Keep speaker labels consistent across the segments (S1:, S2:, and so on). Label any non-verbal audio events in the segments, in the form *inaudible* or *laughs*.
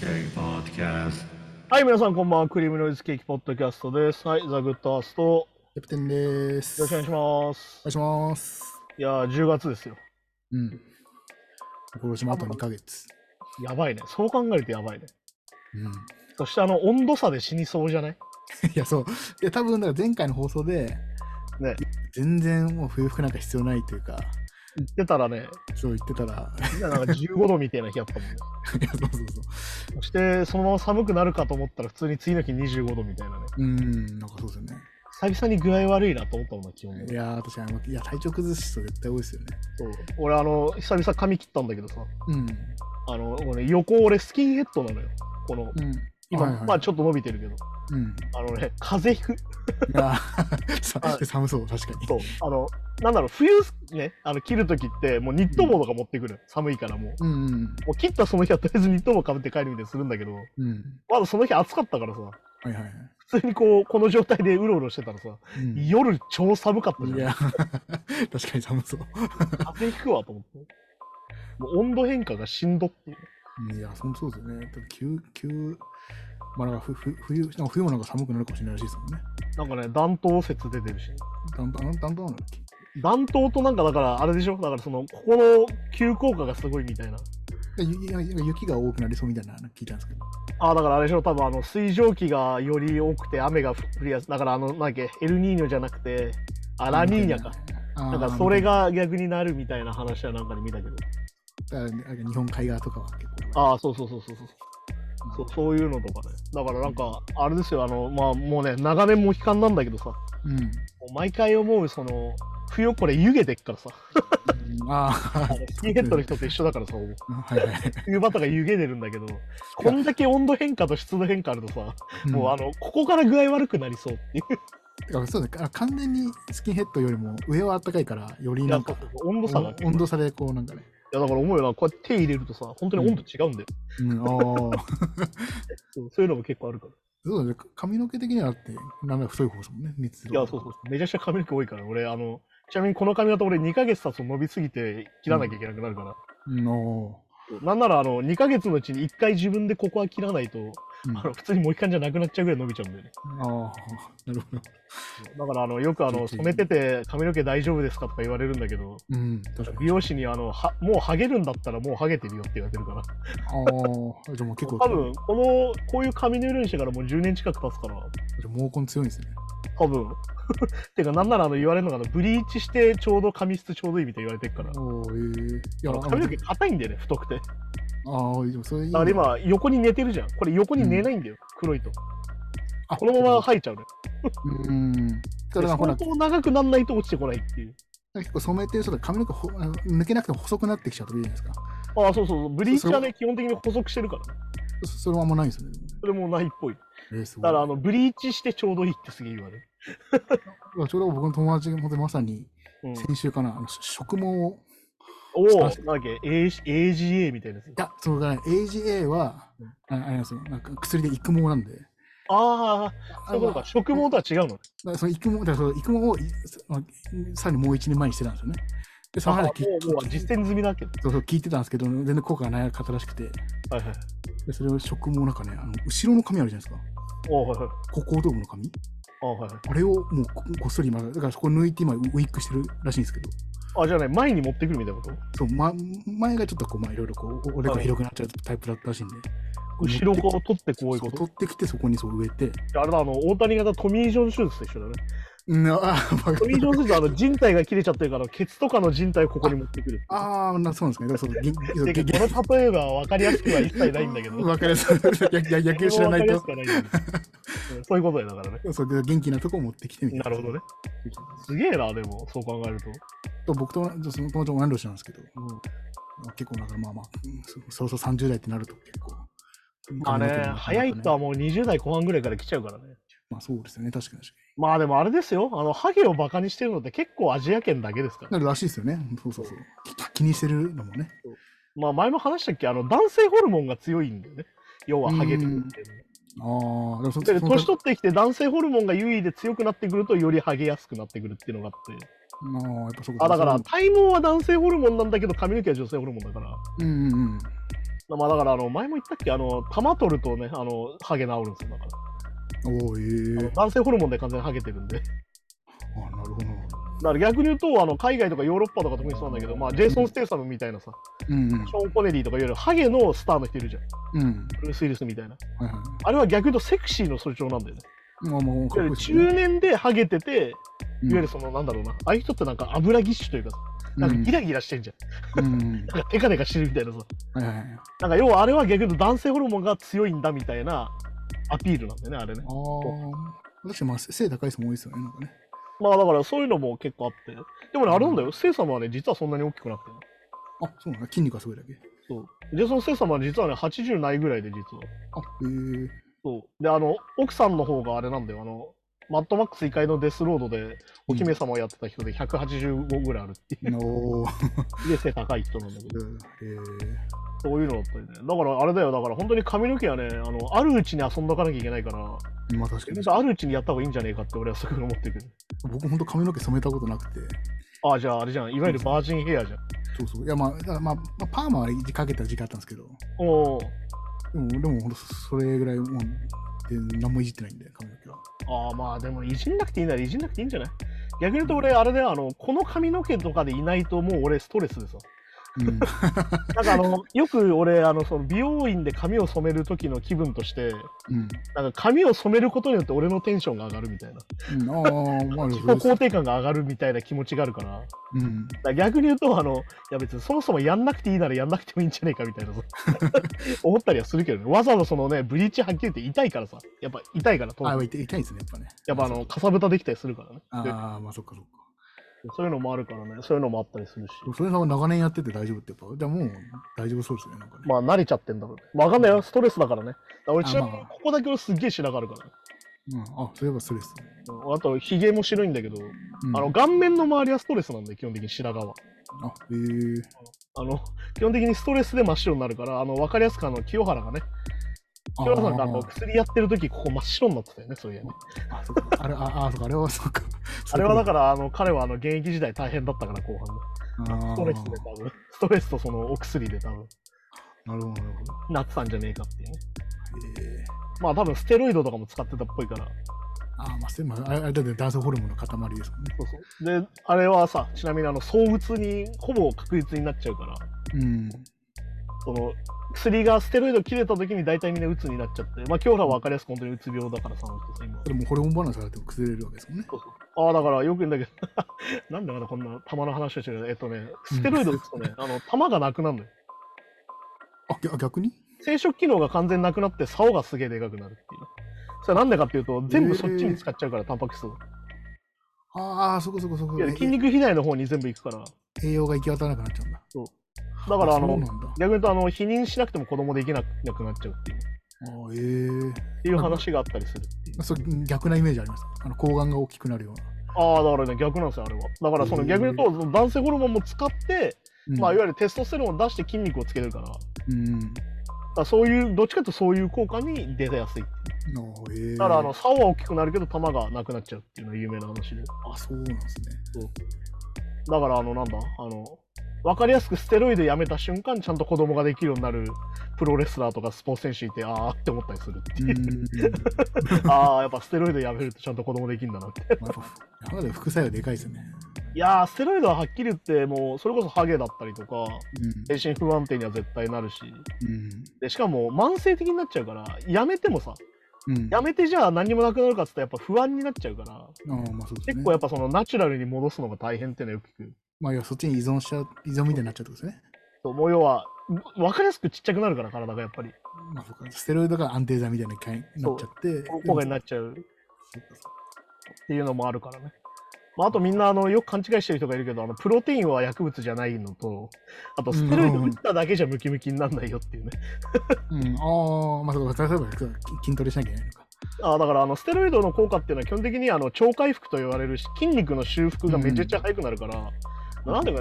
S1: Cake Podcast.
S2: はい、皆さんこんばんは。クリームノイズケーキポッドキャストです。はい、ザ・グッドアースト。
S3: キャプテンです。
S2: よろしくお願いし
S3: お
S2: ます。
S3: 願いします。
S2: いやー、10月ですよ。
S3: うん。今年もあと2ヶ月。
S2: やばいね。そう考えるとやばいね。
S3: うん。 *laughs*
S2: そしてあの、温度差で死にそうじゃない
S3: いや、そう。いや、多分、だから前回の放送で、
S2: ね
S3: 全然もう冬服なんか必要ないというか、
S2: 言ってたらね、
S3: そう言ってたら、 *laughs*
S2: みんななんか15度みたいな日あったもんね。 *laughs*
S3: いや、そうそうそう。
S2: そして、そのまま寒くなるかと思ったら、普通に次の日25度みたいなね。
S3: うん、なんかそうですよね。
S2: 久々に具合悪いなと思ったもんな、気温
S3: い
S2: で。
S3: やー、確かにあの、いや、体調崩す人絶対多いですよね。
S2: そう俺、あの、久々髪切ったんだけどさ、
S3: うん。
S2: あの、俺横俺スキンヘッドなのよ。この、
S3: うん。
S2: 今、
S3: はいはい
S2: まあちょっと伸びてるけど、
S3: うん。
S2: あのね、風邪ひく。
S3: いやーさ
S2: はい
S3: 寒そう、確かに。
S2: そう、あの、なんだろう、冬ね、あの、切るときって、もうニット帽とか持ってくる。寒いからもう。
S3: うんうん。
S2: もう切ったその日はとりあえずニット帽かぶって帰るみたいにするんだけど、
S3: うん。
S2: まだその日暑かったからさ、
S3: はいはいはい。
S2: 普通にこう、この状態でうろうろしてたらさ、
S3: うんい
S2: 夜超寒かったじゃん。
S3: や、 *laughs* 確かに寒そう。
S2: 風邪ひくわと思って。もう温度変化がしんどっていう。
S3: うんいや、ほんとそうですよね。だって急、急、まあなんかふふ冬、なんか冬もなんか寒くなるかもしれないらしいですもんね。
S2: なんかね、暖冬説出てるし。
S3: 暖冬、暖冬なんだっけ
S2: 暖冬となんかだから、あれでしょだからその、ここの急降下がすごいみたいな。
S3: でゆなんか雪が多くなりそうみたいなの聞いたんですけど。
S2: ああ、だからあれでしょ多分あの、水蒸気がより多くて雨が降りやすい。だからあの、なんだっけ、エルニーニョじゃなくて、あ、ラニーニャか。。
S3: あ
S2: な
S3: ー
S2: んかそれ。が逆になるみたいな話はなんかで見たけど。
S3: だからねあれ日本海側とかは結構。
S2: ああ、そうそうそうそうそう。そうそういうのとかね。だからなんか、あれですよ、あの、まあもうね、長年モヒカンなんだけどさ、も
S3: うん。うん。
S2: う毎回思う、その、冬これ湯気でっからさ、
S3: あ
S2: あ
S3: あ、
S2: のスキンヘッドの人と一緒だからさ、ほぼ
S3: はいはい。
S2: 冬場とか湯気出るんだけど、こんだけ温度変化と湿度変化あるとさ、もうあ
S3: の、
S2: の、ここから具合悪くなりそうっていう。
S3: てかそうね、あ完全にスキンヘッドよりも上は暖かいから、よりなんか、
S2: 温度差が。い
S3: 温度差でこうなんかね。
S2: や、だから思うよな、こうやって手入れるとさ、本当に温度違うんだよ。 *laughs*
S3: うん、ああ。
S2: そうそういうのも結構あるから。
S3: そうだね、髪の毛的にはだって、なんだか太い方ですもんね、熱
S2: いや、そうそうそう。めちゃくちゃ髪の毛多いから、俺、あの、ちなみにこの髪型、俺2ヶ月経つと伸びすぎて切らなきゃいけなくなるから。
S3: うん。の、
S2: なんなら、あの、2ヶ月のうちに1回自分でここは切らないと、 *laughs*
S3: うん
S2: あの、普通にもう一回じゃなくなっちゃうぐらい伸びちゃうんだよね。
S3: ああ、なるほど。
S2: だから、あの、よくあの、染めてて髪の毛大丈夫ですかとか言われるんだけど、
S3: うん、確かに。
S2: 美容師に、あの、は、もうハゲるんだったらもうハゲてるよって言われてるから。
S3: ああ、じゃあもう結構、
S2: 多分、この、こういう髪の色にしてからもう10年近く経つから、
S3: じゃあ毛根強いんですね。
S2: 多分。 *laughs* てか、なんならあの、言われるのが、あのブリーチしてちょうど髪質ちょうどいいみたいに言われてるから。
S3: おお、ええいや、
S2: あの髪の毛硬いんだよね、太くて。
S3: ああ、でもそれいい
S2: だから、今、横に寝てるじゃん。これ横に寝ないんだよ、黒いと。
S3: あ
S2: このまま生えちゃうね。
S3: うん。た
S2: で
S3: だ、ほら
S2: 相、当長くなんないと落ちてこないっていう。
S3: 結構染めてる人だと髪の毛ほあの抜けなくても細くなってきちゃうといいじゃないですか。
S2: ああ、そうそうそう。ブリーチは
S3: そ
S2: ね、基本的に補足してるからね。
S3: そそれはあんまないんですよね。
S2: それもないっぽい。
S3: えー、すごい
S2: だから、あの、ブリーチしてちょうどいいってすげえ言われる。
S3: まあちょうど僕の友達が本当にまさに
S2: うん、
S3: 先週かな、あのし植毛を、
S2: おお、なんだっけ、A- AGA みたいなやつ
S3: い。や、その、ね、AGA は、ああれなんですよ、なんか薬で育毛なんで。
S2: ああ、そういうこと
S3: あ
S2: か。植毛とは違うの。
S3: だからその育毛だからその育毛をいそのさらにもう1年前にしてたんですよね。で、そ
S2: ああ
S3: の
S2: も
S3: 話聞
S2: うもう実践済みだけど。
S3: そうそう聞いてたんですけど、全然効果がない方らしくて、
S2: はいはい。
S3: でそれを植毛なんかね、あの後ろの髪あるじゃないですか、
S2: おお、はいはい。
S3: 股後頭部の髪、
S2: ああ、はいはい。
S3: あれをもうここっそり今、だからそこ抜いて今、ウィッグしてるらしいんですけど、
S2: あ、じゃあね、前に持ってくるみたいなこと
S3: そうま、前がちょっとこう、まあ、いろいろこう、おおでこ
S2: はい
S3: 広くなっちゃうタイプだったらしいんで、
S2: 後ろを取ってこういう
S3: そ
S2: こと。
S3: う取ってきて、そこにそう植えて、
S2: あれだ、あの、大谷型トミー・ジョン手術と一緒だね。
S3: うん、あー、バカ
S2: トミー・ジョン手術はあの人体が切れちゃってるから、ケツとかの人体をここに持ってくる。
S3: あーなそうなん *laughs* ですかね、だからそ
S2: *laughs*
S3: う、げ
S2: てかこの例えば分かりやすくは一切ないんだ
S3: *laughs*
S2: けど。
S3: 分かりやすい、野野球知らない
S2: それも分。かりや
S3: と
S2: すくはないんだけどうんそういうことやだから
S3: *laughs*
S2: ね。
S3: そうで元気なとこを持ってきてみたい
S2: な
S3: な。
S2: るほどね。すげえな、でも、そう考えると。
S3: と僕と同じその友達も同い年なんですけど、
S2: うん
S3: 結構なんかまあまあ、うんそそろそろ30代ってなると結構。
S2: まあね、早いとは
S3: ね
S2: もう20代後半ぐらいから来ちゃうからね。
S3: まあそうですよね、確かに確か
S2: まあでもあれですよ、あの、ハゲをバカにしてるのって結構アジア圏だけですか
S3: に。
S2: ら。
S3: なるらしいですよね。そうそうそう。き気にしてるのもね。
S2: まあ前も話したっけ、あの、男性ホルモンが強いんだよね。要はハゲるっていうのは。
S3: ああ、でもそ
S2: で
S3: そ
S2: 年取ってきて男性ホルモンが優位で強くなってくるとよりハゲやすくなってくるっていうのがあって
S3: まあ、やっぱそう
S2: あだから
S3: そ
S2: 体毛は男性ホルモンなんだけど髪の毛は女性ホルモンだから
S3: ううんうんうん。
S2: まあだからあの前も言ったっけあの玉取るとねあのハゲ治るんですよだから、
S3: おおええ
S2: あの男性ホルモンで完全にハゲてるんでだか
S3: あなるほど。
S2: ら逆に言うとあの海外とかヨーロッパとか特にそうなんだけど、まあ、ジェイソン・ステイサムみたいなさ、
S3: うんうん
S2: シ。ョーン・コネリーとかいわゆるハゲのスターの人いるじゃん
S3: うん。
S2: ブルース・ウィルスみたいな
S3: はいは
S2: あれは逆に言うとセクシーの象徴なんだよね
S3: い。まあまあ、
S2: いわ
S3: か
S2: ゆ
S3: っこいい
S2: る
S3: です
S2: 中
S3: ね。
S2: 年でハゲてて、いわゆる
S3: る、
S2: そのなんだろうなああいう人ってなんか油ぎっしゅというかさなんかギラギラしてんじゃん、
S3: うんうん。
S2: なんかテカテカしてるみたいなさ
S3: はいはいはい。
S2: なんか要はあれは逆に言うと男性ホルモンが強いんだみたいなアピールなんだよねあれね
S3: ああ。私、まあ、背背高い人も多いですよね。なんかね。
S2: まあだからそういうのも結構あって。でもね、あれなんだよ。セイ様はね、実はそんなに大きくなくてね。
S3: あ、そうなんだ。筋肉がすごいだけ。
S2: そう。で、そのセイ様は実はね、80ないぐらいで実は。
S3: あ、えー、
S2: そう。で、あの、奥さんの方があれなんだよ。あの、マッドマックス異界のデスロードで、お姫様をやってた人で185ぐらいあるってい
S3: おー。
S2: う。で、背高い人なんだけど。
S3: えー、
S2: そういうのだったりね。だからあれだよ。だから本当に髪の毛はね、あの、あるうちに遊んどかなきゃいけないから、
S3: まあ確かに
S2: 皆。さんあるうちにやった方がいいんじゃねえかって俺はすごい思ってるけど。
S3: 僕、本当髪の毛染めたことなくて。
S2: ああ、じゃああれじゃん。いわゆるバージンヘアじゃん。
S3: そうそう。いや、まあ、だからまあ、まあ、パーマはかけた時期あったんですけど。
S2: おお。
S3: でも、でも、本当それぐらい、もう、で、何もいじってないんで、髪の毛は。
S2: ああまあでもいじんなくていいならいじんなくていいんじゃない逆に言うと俺あれだよあのこの髪の毛とかでいないともう俺ストレスでさ
S3: うん。
S2: なんかあのよく俺あのその美容院で髪を染める時の気分として *laughs*
S3: うん。
S2: なんか髪を染めることによって俺のテンションが上がるみたいな
S3: うん、ああ、まあ、
S2: 自己
S3: そうです
S2: 肯。定感が上がるみたいな気持ちがあるからだか
S3: うん。
S2: ら逆に言うとあのいや別にそもそもやんなくていいならやんなくてもいいんじゃねえかみたいなさ *laughs* 思ったりはするけどねわざわざそのねブリーチはっきり言って痛いからさやっぱ痛いから当
S3: あ
S2: 然
S3: 痛い痛いですね、やっぱね。
S2: やっぱあのかさぶたできたりするからねで
S3: ああ、まあそっかそっか。
S2: そういうのもあるからね、そういうのもあったりするし
S3: で、もそれさんは長年やってて大丈夫ってやっぱ、じゃあもう大丈夫そうですね、なんかね。
S2: まあ慣れちゃってんだろうね。まあわかんないよ、ストレスだからね。だから俺
S3: あ
S2: ちなみに
S3: まあ
S2: ここだけ俺すっげえ白があるからね。
S3: うん、あ、それはストレス。
S2: うんあと、ヒゲも白いんだけど、
S3: うん、
S2: あの、顔面の周りはストレスなんで、基本的に白髪は。
S3: あ、えー、
S2: あの、基本的にストレスで真っ白になるから、あの、わかりやすくあの、清原がね、清原さんがあの
S3: ー
S2: 薬やってる時、ここ真っ白になってたよね、そういやね。
S3: あ、そっか。あれ、あ、あそっか、あれはそっか。、
S2: *laughs* あれはだからら、あの、彼はあの、現役時代大変だったから、後半ね。ス
S3: あ
S2: トレスで多分、ストレスとそのお薬で多分、
S3: ーなるほど、なるほど。
S2: なってたんじゃねえかっていうね。
S3: えー、
S2: まあ多分、ステロイドとかも使ってたっぽいから、
S3: あー、まあ、せまあ、あれあれだって男性ホルモンの塊ですもんね。
S2: そうそうであれはさちなみにあの躁うつにほぼ確実になっちゃうから
S3: うん。
S2: その薬がステロイド切れた時に大体みんなうつになっちゃってまあ今日らは分かりやすく本当にうつ病だからさあの人さ今
S3: それもホルモンバランスがあっても崩れるわけですもんね。
S2: そうそうああだからよく言うんだけど *laughs* なんでまだこんな玉の話をしてるのえっとねステロイド打つとね、あの玉がなくなるのよ
S3: あ、ぎゃ逆に
S2: 生殖機能が完全なくなって竿がすげえでかくなるっていうそれはなんでかっていうと全部そっちに使っちゃうから、タンパク質を
S3: ああ、そこそこそこ
S2: い。や
S3: え
S2: 筋肉肥大の方に全部いくから
S3: 栄養が行き渡らなくなっちゃうんだ。
S2: だからあ
S3: そ
S2: の
S3: うなんだ。
S2: 逆に言うとあの避妊しなくても子供できなくなっちゃうっていう
S3: あーええ
S2: っていう話があったりするっていう。
S3: そう逆なイメージあります。あの睾丸が大きくなるような。
S2: ああ、だからね、逆なんですよ、あれは。だから、その
S3: へー
S2: 逆に言うと、その男性ホルモンも使って、
S3: うん
S2: まあ、いわゆるテストステロンを出して筋肉をつけてるから、だか
S3: うん。
S2: らそういう、どっちかというとそういう効果に出やすい。
S3: のえー、
S2: だから、あの、竿は大きくなるけど、玉がなくなっちゃうっていうのが有名な話で。
S3: あそうなんですね。
S2: だから、あの、なんだ、あの、わかりやすくステロイドやめた瞬間、ちゃんと子供ができるようになるプロレスラーとかスポーツ選手いて、ああって思ったりする
S3: *laughs*
S2: っていう。 *laughs*
S3: うん。
S2: ああ、やっぱステロイドやめるとちゃんと子供できるんだなって。
S3: まあ、なんで副作用でかいですよね。
S2: いやー、ステロイドははっきり言って、もう、それこそハゲだったりとか、精神不安定には絶対なるし
S3: うん。
S2: でしかも慢性的になっちゃうからやめてもさ
S3: うん。うん。
S2: やめてじゃあ何もなくなるかっつったらやっぱ不安になっちゃうから
S3: あーまあそうですね。
S2: 結構やっぱそのナチュラルに戻すのが大変っていうのはよく聞く
S3: まあいやそっちに依存しちゃう依存みたいになっちゃうってことですね。
S2: そうもう要は分かりやすくちっちゃくなるから体がやっぱり
S3: まあそうか。ステロイドが安定剤みたいな感じになっちゃって。
S2: 効果になっちゃうっていうのもあるからね、まあ、あとみんなあのよく勘違いしてる人がいるけどあのプロテインは薬物じゃないのとあとステロイド打っただけじゃムキムキになんないよっていうね
S3: うん。ああ、まあそうか。例えばそう筋トレしなきゃいけないのか。
S2: あーだからあのステロイドの効果っていうのは基本的にあの超回復と言われるし筋肉の修復がめちゃくちゃ早くなるから、
S3: うん
S2: なんだか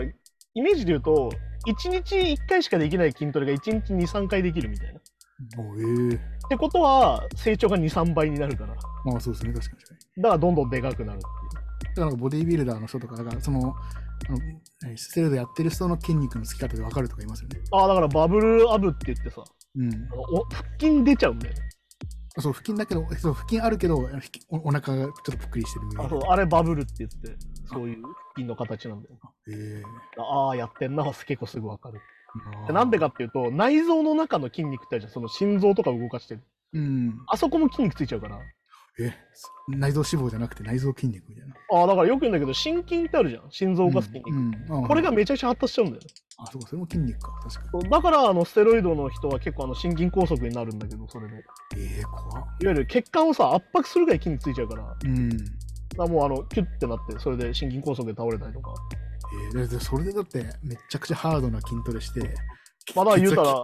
S2: イメージで言うと1日1回しかできない筋トレが1日23回できるみたいな。っ
S3: おええ
S2: てことは成長が23倍になるからだか
S3: まあそうですね。確かに確かに。
S2: らどんどんでかくなるっていう
S3: だからなんかボディービルダーの人とか、だからその、あの何ステロイドやってる人の筋肉のつき方で分かるとか言いますよね。
S2: ああ、だからバブルアブって言ってさ、
S3: うん
S2: あのお腹筋出ちゃうんだよね。
S3: そう腹筋だけど、そう腹筋あるけど、腹筋おお腹がちょっとぷっくりしてるみたい
S2: あ
S3: な。 *laughs*
S2: そうあれバブルって言って、そういう腹筋の形なんだよ。
S3: え
S2: ああ、やってんな、結構すぐわかる。
S3: え
S2: なんでか、っていうと、内臓の中の筋肉ってあるじゃん、その心臓とか動かしてる。
S3: うん、
S2: あそこも筋肉ついちゃうから。
S3: え内臓脂肪じゃなくて内臓筋肉みたいな。
S2: ああ、だからよく言うんだけど、心筋ってあるじゃん、心臓を動かす筋肉。
S3: うんうんあ
S2: これがめちゃくちゃ発達しちゃうんだよね。
S3: あ、そうか、それも筋肉か、確か
S2: そうだから、あの、ステロイドの人は結構、あの、心筋梗塞になるんだけど、それで。いわ
S3: に。ええ怖っ。
S2: ゆる血管をさ、圧迫するぐらい筋肉ついちゃうから、だか
S3: うん。え
S2: らもう、あの、キュッてなって、それで心筋梗塞で倒れたりとか。
S3: えだってそれでだって、めちゃくちゃハードな筋トレして、
S2: まだ言うたら、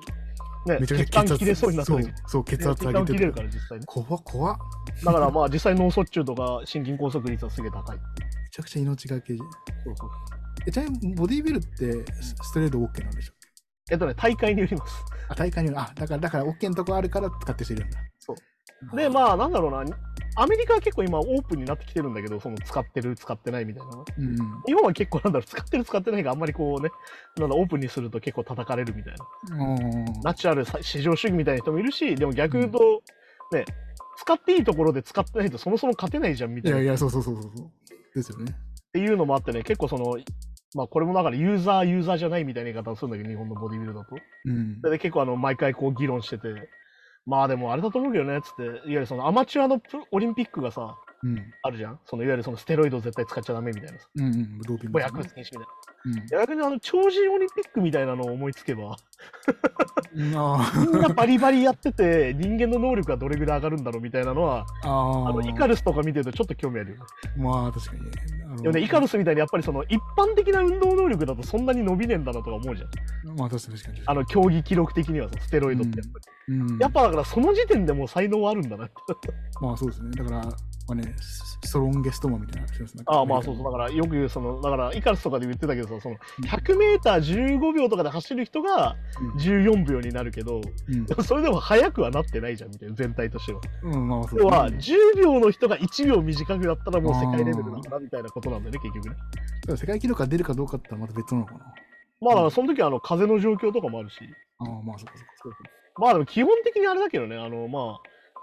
S2: ね、
S3: めちゃく
S2: 血
S3: ちゃ
S2: 管
S3: 血圧
S2: 切れそうになったり
S3: そ。うそう、血圧
S2: 血
S3: 上
S2: 管切れ
S3: げて
S2: るから、実際に。
S3: 怖っ、怖っ。
S2: だからまあ実際脳卒中とか心筋梗塞率はすげえ高い。
S3: めちゃくちゃ命がけじゃん。
S2: そうそう
S3: えちなみにボディービルってスストレート OK なんでしょ
S2: えっとね、大会によります。
S3: あ、大会には、あ、だから、だから OK のとこあるから使ってる人いるんだ。
S2: そう
S3: あー。
S2: で、まあなんだろうな、アメリカは結構今オープンになってきてるんだけど、その使ってる、使ってないみたいなの。
S3: うん。
S2: 日本は結構なんだろう、使ってる、使ってないがあんまりこうね、なんだオープンにすると結構叩かれるみたいな。
S3: うん。
S2: ナチュラルさ至上主義みたいな人もいるし、でも逆言うと、ね、使っていいところで使ってないとそもそも勝てないじゃんみ
S3: い
S2: たいな。
S3: やい
S2: っ
S3: や、そうそうそうそうそう。ですよね。
S2: ていうのもあってね、結構その、まあこれもだからユーザー、ユーザーじゃないみたいな言い方をするんだけど、日本のボディビルだと。
S3: うん
S2: そ。れで結構あの毎回こう議論してて、まあでもあれだと思うけどねっつって、いわゆるそのアマチュアのプロオリンピックがさ、
S3: うん。
S2: あるじゃん、そのいわゆるそのステロイドを絶対使っちゃダメみたいなさ、
S3: うんうん。ドーピン
S2: こ
S3: グ
S2: れ
S3: と
S2: 薬
S3: か
S2: 物禁
S3: ね
S2: 止みたいな。
S3: うん
S2: いや逆にあの超人オリンピックみたいなのを思いつけ
S3: *laughs*
S2: ば、
S3: うんあ
S2: みんなバリバリやってて、人間の能力がどれぐらい上がるんだろうみたいなのは、
S3: ーあ
S2: あの
S3: ー
S2: イカルスとか見てるとちょっと興味あるよね。
S3: まあ確かにね。あの
S2: でもね、イカルスみたいにやっぱりその一般的な運動能力だとそんなに伸びねえんだなとか思うじゃん。
S3: まあ確かに確かに。
S2: あの競技記録的にはさ、ステロイドってやっぱり。
S3: うん、
S2: やっぱだからその時点でもう才能はあるんだなって。
S3: まあそうですね。だから、まあね、スストロンゲストマンみたいな話ですね。
S2: ああまあそうそうだ
S3: う。
S2: からよく言うそのだからイカルスとかで言ってたけどさその
S3: ん
S2: 100m15 秒とかで走る人が14秒になるけど *laughs*
S3: うん
S2: でもそれでも速くはなってないじゃんみたいな全体としては。
S3: うん、まあそう
S2: 要は
S3: ね
S2: 10秒の人が1秒短くなったらもう世界レベルだからみたいなことなんだよね結局ね。
S3: ただ世界記録が出るかどうかってのはまた別なのかな。
S2: まあだからその時はあの風の状況とかもあるし
S3: ああ、まあそうかそうか。
S2: まあでも基本的にあれだけどねあのまあ。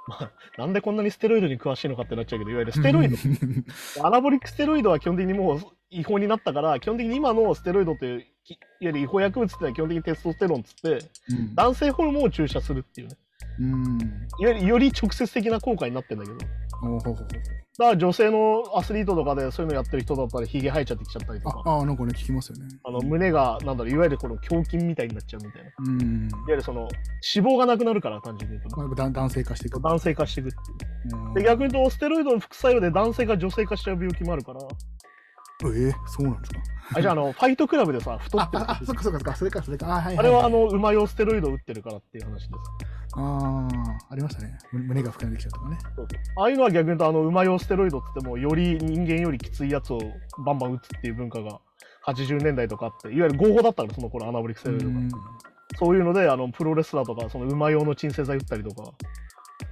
S2: まあ、なんでこんなにステロイドに詳しいのかってなっちゃうけどいわゆるステロイド
S3: うん
S2: アナボリックステロイドは基本的にもう違法になったから、基本的に今のステロイドという、きいわゆる違法薬物っていうのは基本的にテストステロンっつって、
S3: うん
S2: 男性ホルモンを注射するっていうね、
S3: うん。
S2: いわゆるより直接的な効果になってんだけど、だか
S3: おおほうほうほう
S2: ら女性のアスリートとかでそういうのやってる人だったら、ヒゲ生えちゃってきちゃったりとか、あ
S3: ああー、なんかね、聞きますよね。
S2: の胸が、なんだろう、いわゆるこの胸筋みたいになっちゃうみたいな、いわ
S3: うん。
S2: ゆるその脂肪がなくなるから、単純に言うと
S3: まあ
S2: ね。
S3: やっぱ男男性化していく。
S2: 男性化していくっていう
S3: うん
S2: で逆に言うとステロイドの副作用で男性が女性化しちゃう病気もあるから
S3: ええ、そうなんですか。
S2: あじゃああのファイトクラブでさ太
S3: あ
S2: ってる
S3: あ、あそっかそっかそっか、それかそれか。あはい
S2: *laughs* あ
S3: い
S2: れ
S3: い
S2: はあの馬用ステロイドを打ってるからっていう話です。
S3: ああ、ありましたね。む胸が膨らんできちゃうとかね。
S2: ああいうのは逆に言うとあの馬用ステロイドっつってもより人間よりきついやつをバンバン打つっていう文化が80年代とかあっていわゆる合法だったからその頃アナボリックステロイドが、
S3: うん
S2: そういうのであのプロレスラーとかその馬用の鎮静剤打ったりとか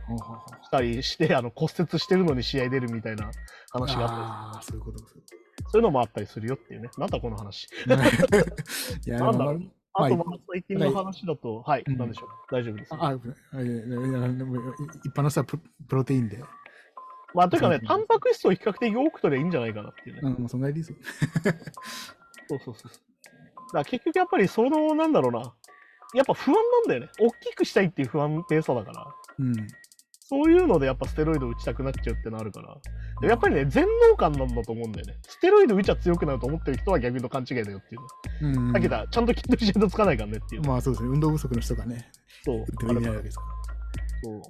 S3: ほうほうほう
S2: したりしてあの骨折してるのに試合出るみたいな話があった
S3: ああー、そういうことそういうこ
S2: りそういうのもあったりするよっていうねなんだこの話
S3: と *laughs* いや、で
S2: なんだろ
S3: も
S2: う
S3: まあ
S2: あとま
S3: ま
S2: あ最近の話だとはい、
S3: うん
S2: なんでしょう大丈夫です
S3: あ、あ、あいやいやいやでもい一般の人はプロプロテインで、
S2: まあというかね
S3: うん
S2: タンパク質を比較的多く取ればいいんじゃないかなっていうね、
S3: うん、もうそんなにですよ。
S2: そうそうそうそう。だから結局やっぱりその、なんだろうな。やっぱ不安なんだよね。大きくしたいっていう不安定さだから。
S3: うん。
S2: そういうのでやっぱステロイド打ちたくなっちゃうってのあるから。でやっぱりね、全能感なんだと思うんだよね。ステロイド打ちゃ強くなると思ってる人は逆に言うと勘違いだよっていうね。
S3: うん、
S2: だけど、ちゃんと筋トレしないとつかないからねっていう。
S3: まあそうですね、運動不足の人がね、
S2: そう
S3: 打って
S2: あ
S3: も意
S2: れ
S3: 味ない
S2: だ
S3: わけですか
S2: そう。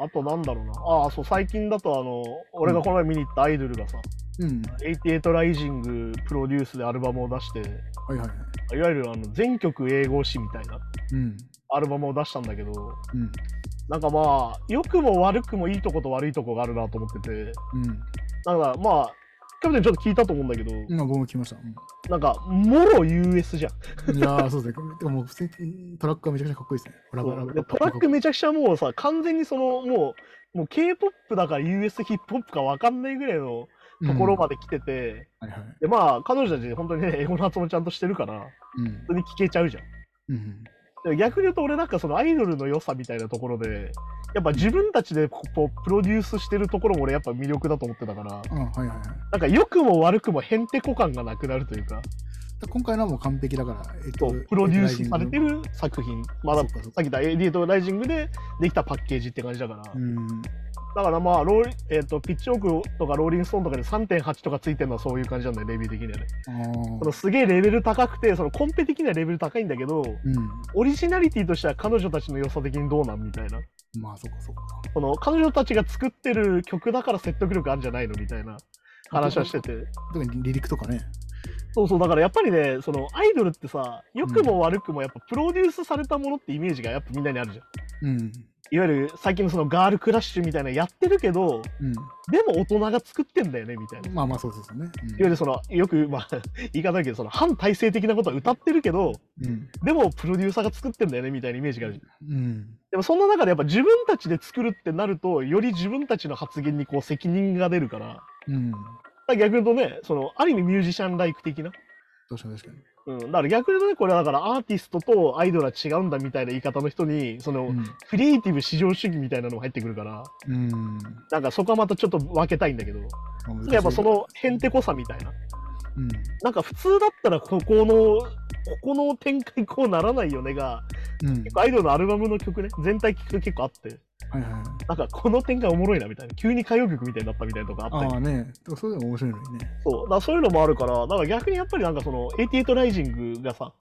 S2: あとなんだろうな。ああ、そう、最近だとあの、俺がこの前見に行ったアイドルがさ、
S3: ら。うん。
S2: 88ライジングプロデュースでアルバムを出して、い
S3: はいはいはい。
S2: わゆるあの全曲英語詞みたいな
S3: うん。
S2: アルバムを出したんだけど、
S3: うん。
S2: なんかまあ、良くも悪くもいいとこと悪いとこがあるなと思ってて、
S3: うん。
S2: なんかまあ、キャプテンちょっと聞いたと思うんだけど、
S3: 今、僕も来まし
S2: *laughs*
S3: た。うん
S2: なんか、もろ US じゃん。
S3: いやー、そうですね。でももう普通にトラックがめちゃくちゃかっこいいですね。ラブラブ
S2: でトラックめちゃくちゃもうさ、完全にその、もう、もう K-POP だから US ヒップホップかわかんないぐらいのところまで来てて、
S3: はいはい。
S2: でまあ彼女たち本当にね *laughs* 英語の発音ちゃんとしてるから
S3: うん
S2: 普通に聞けちゃうじゃん。
S3: うん。
S2: でも逆に言うと俺なんかそのアイドルの良さみたいなところでやっぱ自分たちでこうプロデュースしてるところも俺やっぱ魅力だと思ってたから
S3: あはいはいはい。だか
S2: なんか良くも悪くもへんてこ感がなくなるというから
S3: 今回のはもう完璧だから、えっ
S2: そ
S3: と
S2: うプロデュースされて。る作品まあだ
S3: そ
S2: さ
S3: っかそ
S2: っ
S3: っ
S2: き
S3: か
S2: 言ったエディートライジングでできたパッケージって感じだから、
S3: うん。
S2: だからまあローリ、えっとピッチオークとかローリングストーンとかで3.8とかついてるのはそういう感じなんだよレビュー的にはね
S3: あ
S2: その
S3: あ。
S2: すげえレベル高くてそのコンペ的にはレベル高いんだけど
S3: うん。
S2: オリジナリティとしては彼女たちの良さ的にどうなんみたいな
S3: まあ、そっかそっか。
S2: この彼女たちが作ってる曲だから説得力あるんじゃないのみたいな話はしてて
S3: 特に離陸とかね。
S2: そうそうだからやっぱりねそのアイドルってさ良くも悪くもやっぱプロデュースされたものってイメージがやっぱみんなにあるじゃん
S3: うん。
S2: いわゆる最近のそのガールクラッシュみたいなのやってるけど
S3: うん。
S2: でも大人が作ってんだよねみたいないわ
S3: まあまあ、そうそうそうね。
S2: ゆるそのよくまあ *laughs* 言い方だけどその反体制的なことは歌ってるけど
S3: うん。
S2: でもプロデューサーが作ってんだよねみたいなイメージがあるじゃん
S3: うん。
S2: でもそんな中でやっぱ自分たちで作るってなるとより自分たちの発言にこう責任が出るから
S3: うん。
S2: だから逆に言うとね、その、ある意味ミュージシャンライク的な。
S3: 確かに確か
S2: うん。だから逆に言うとね、これはだからアーティストとアイドルは違うんだみたいな言い方の人に、その、
S3: に。
S2: クリエイティブ至上主義みたいなのも入ってくるから、
S3: うん。うん。
S2: なんかそこはまたちょっと分けたいんだけど、やっぱそのへんてこさみたいな。
S3: うん。
S2: なんか普通だったらここの、ここの展開こうならないよねが、
S3: うん。
S2: アイドルのアルバムの曲ね、全体聞くと結構あって、
S3: はいはい。
S2: なんかこの展開おもろいなみたいな、急に歌謡曲みたいになったみたいなとかあったり
S3: ああね。だからそういうのが面白いのにね。
S2: そう、だからそういうのもあるから、だから逆にやっぱりなんかその、88ライジングがさ、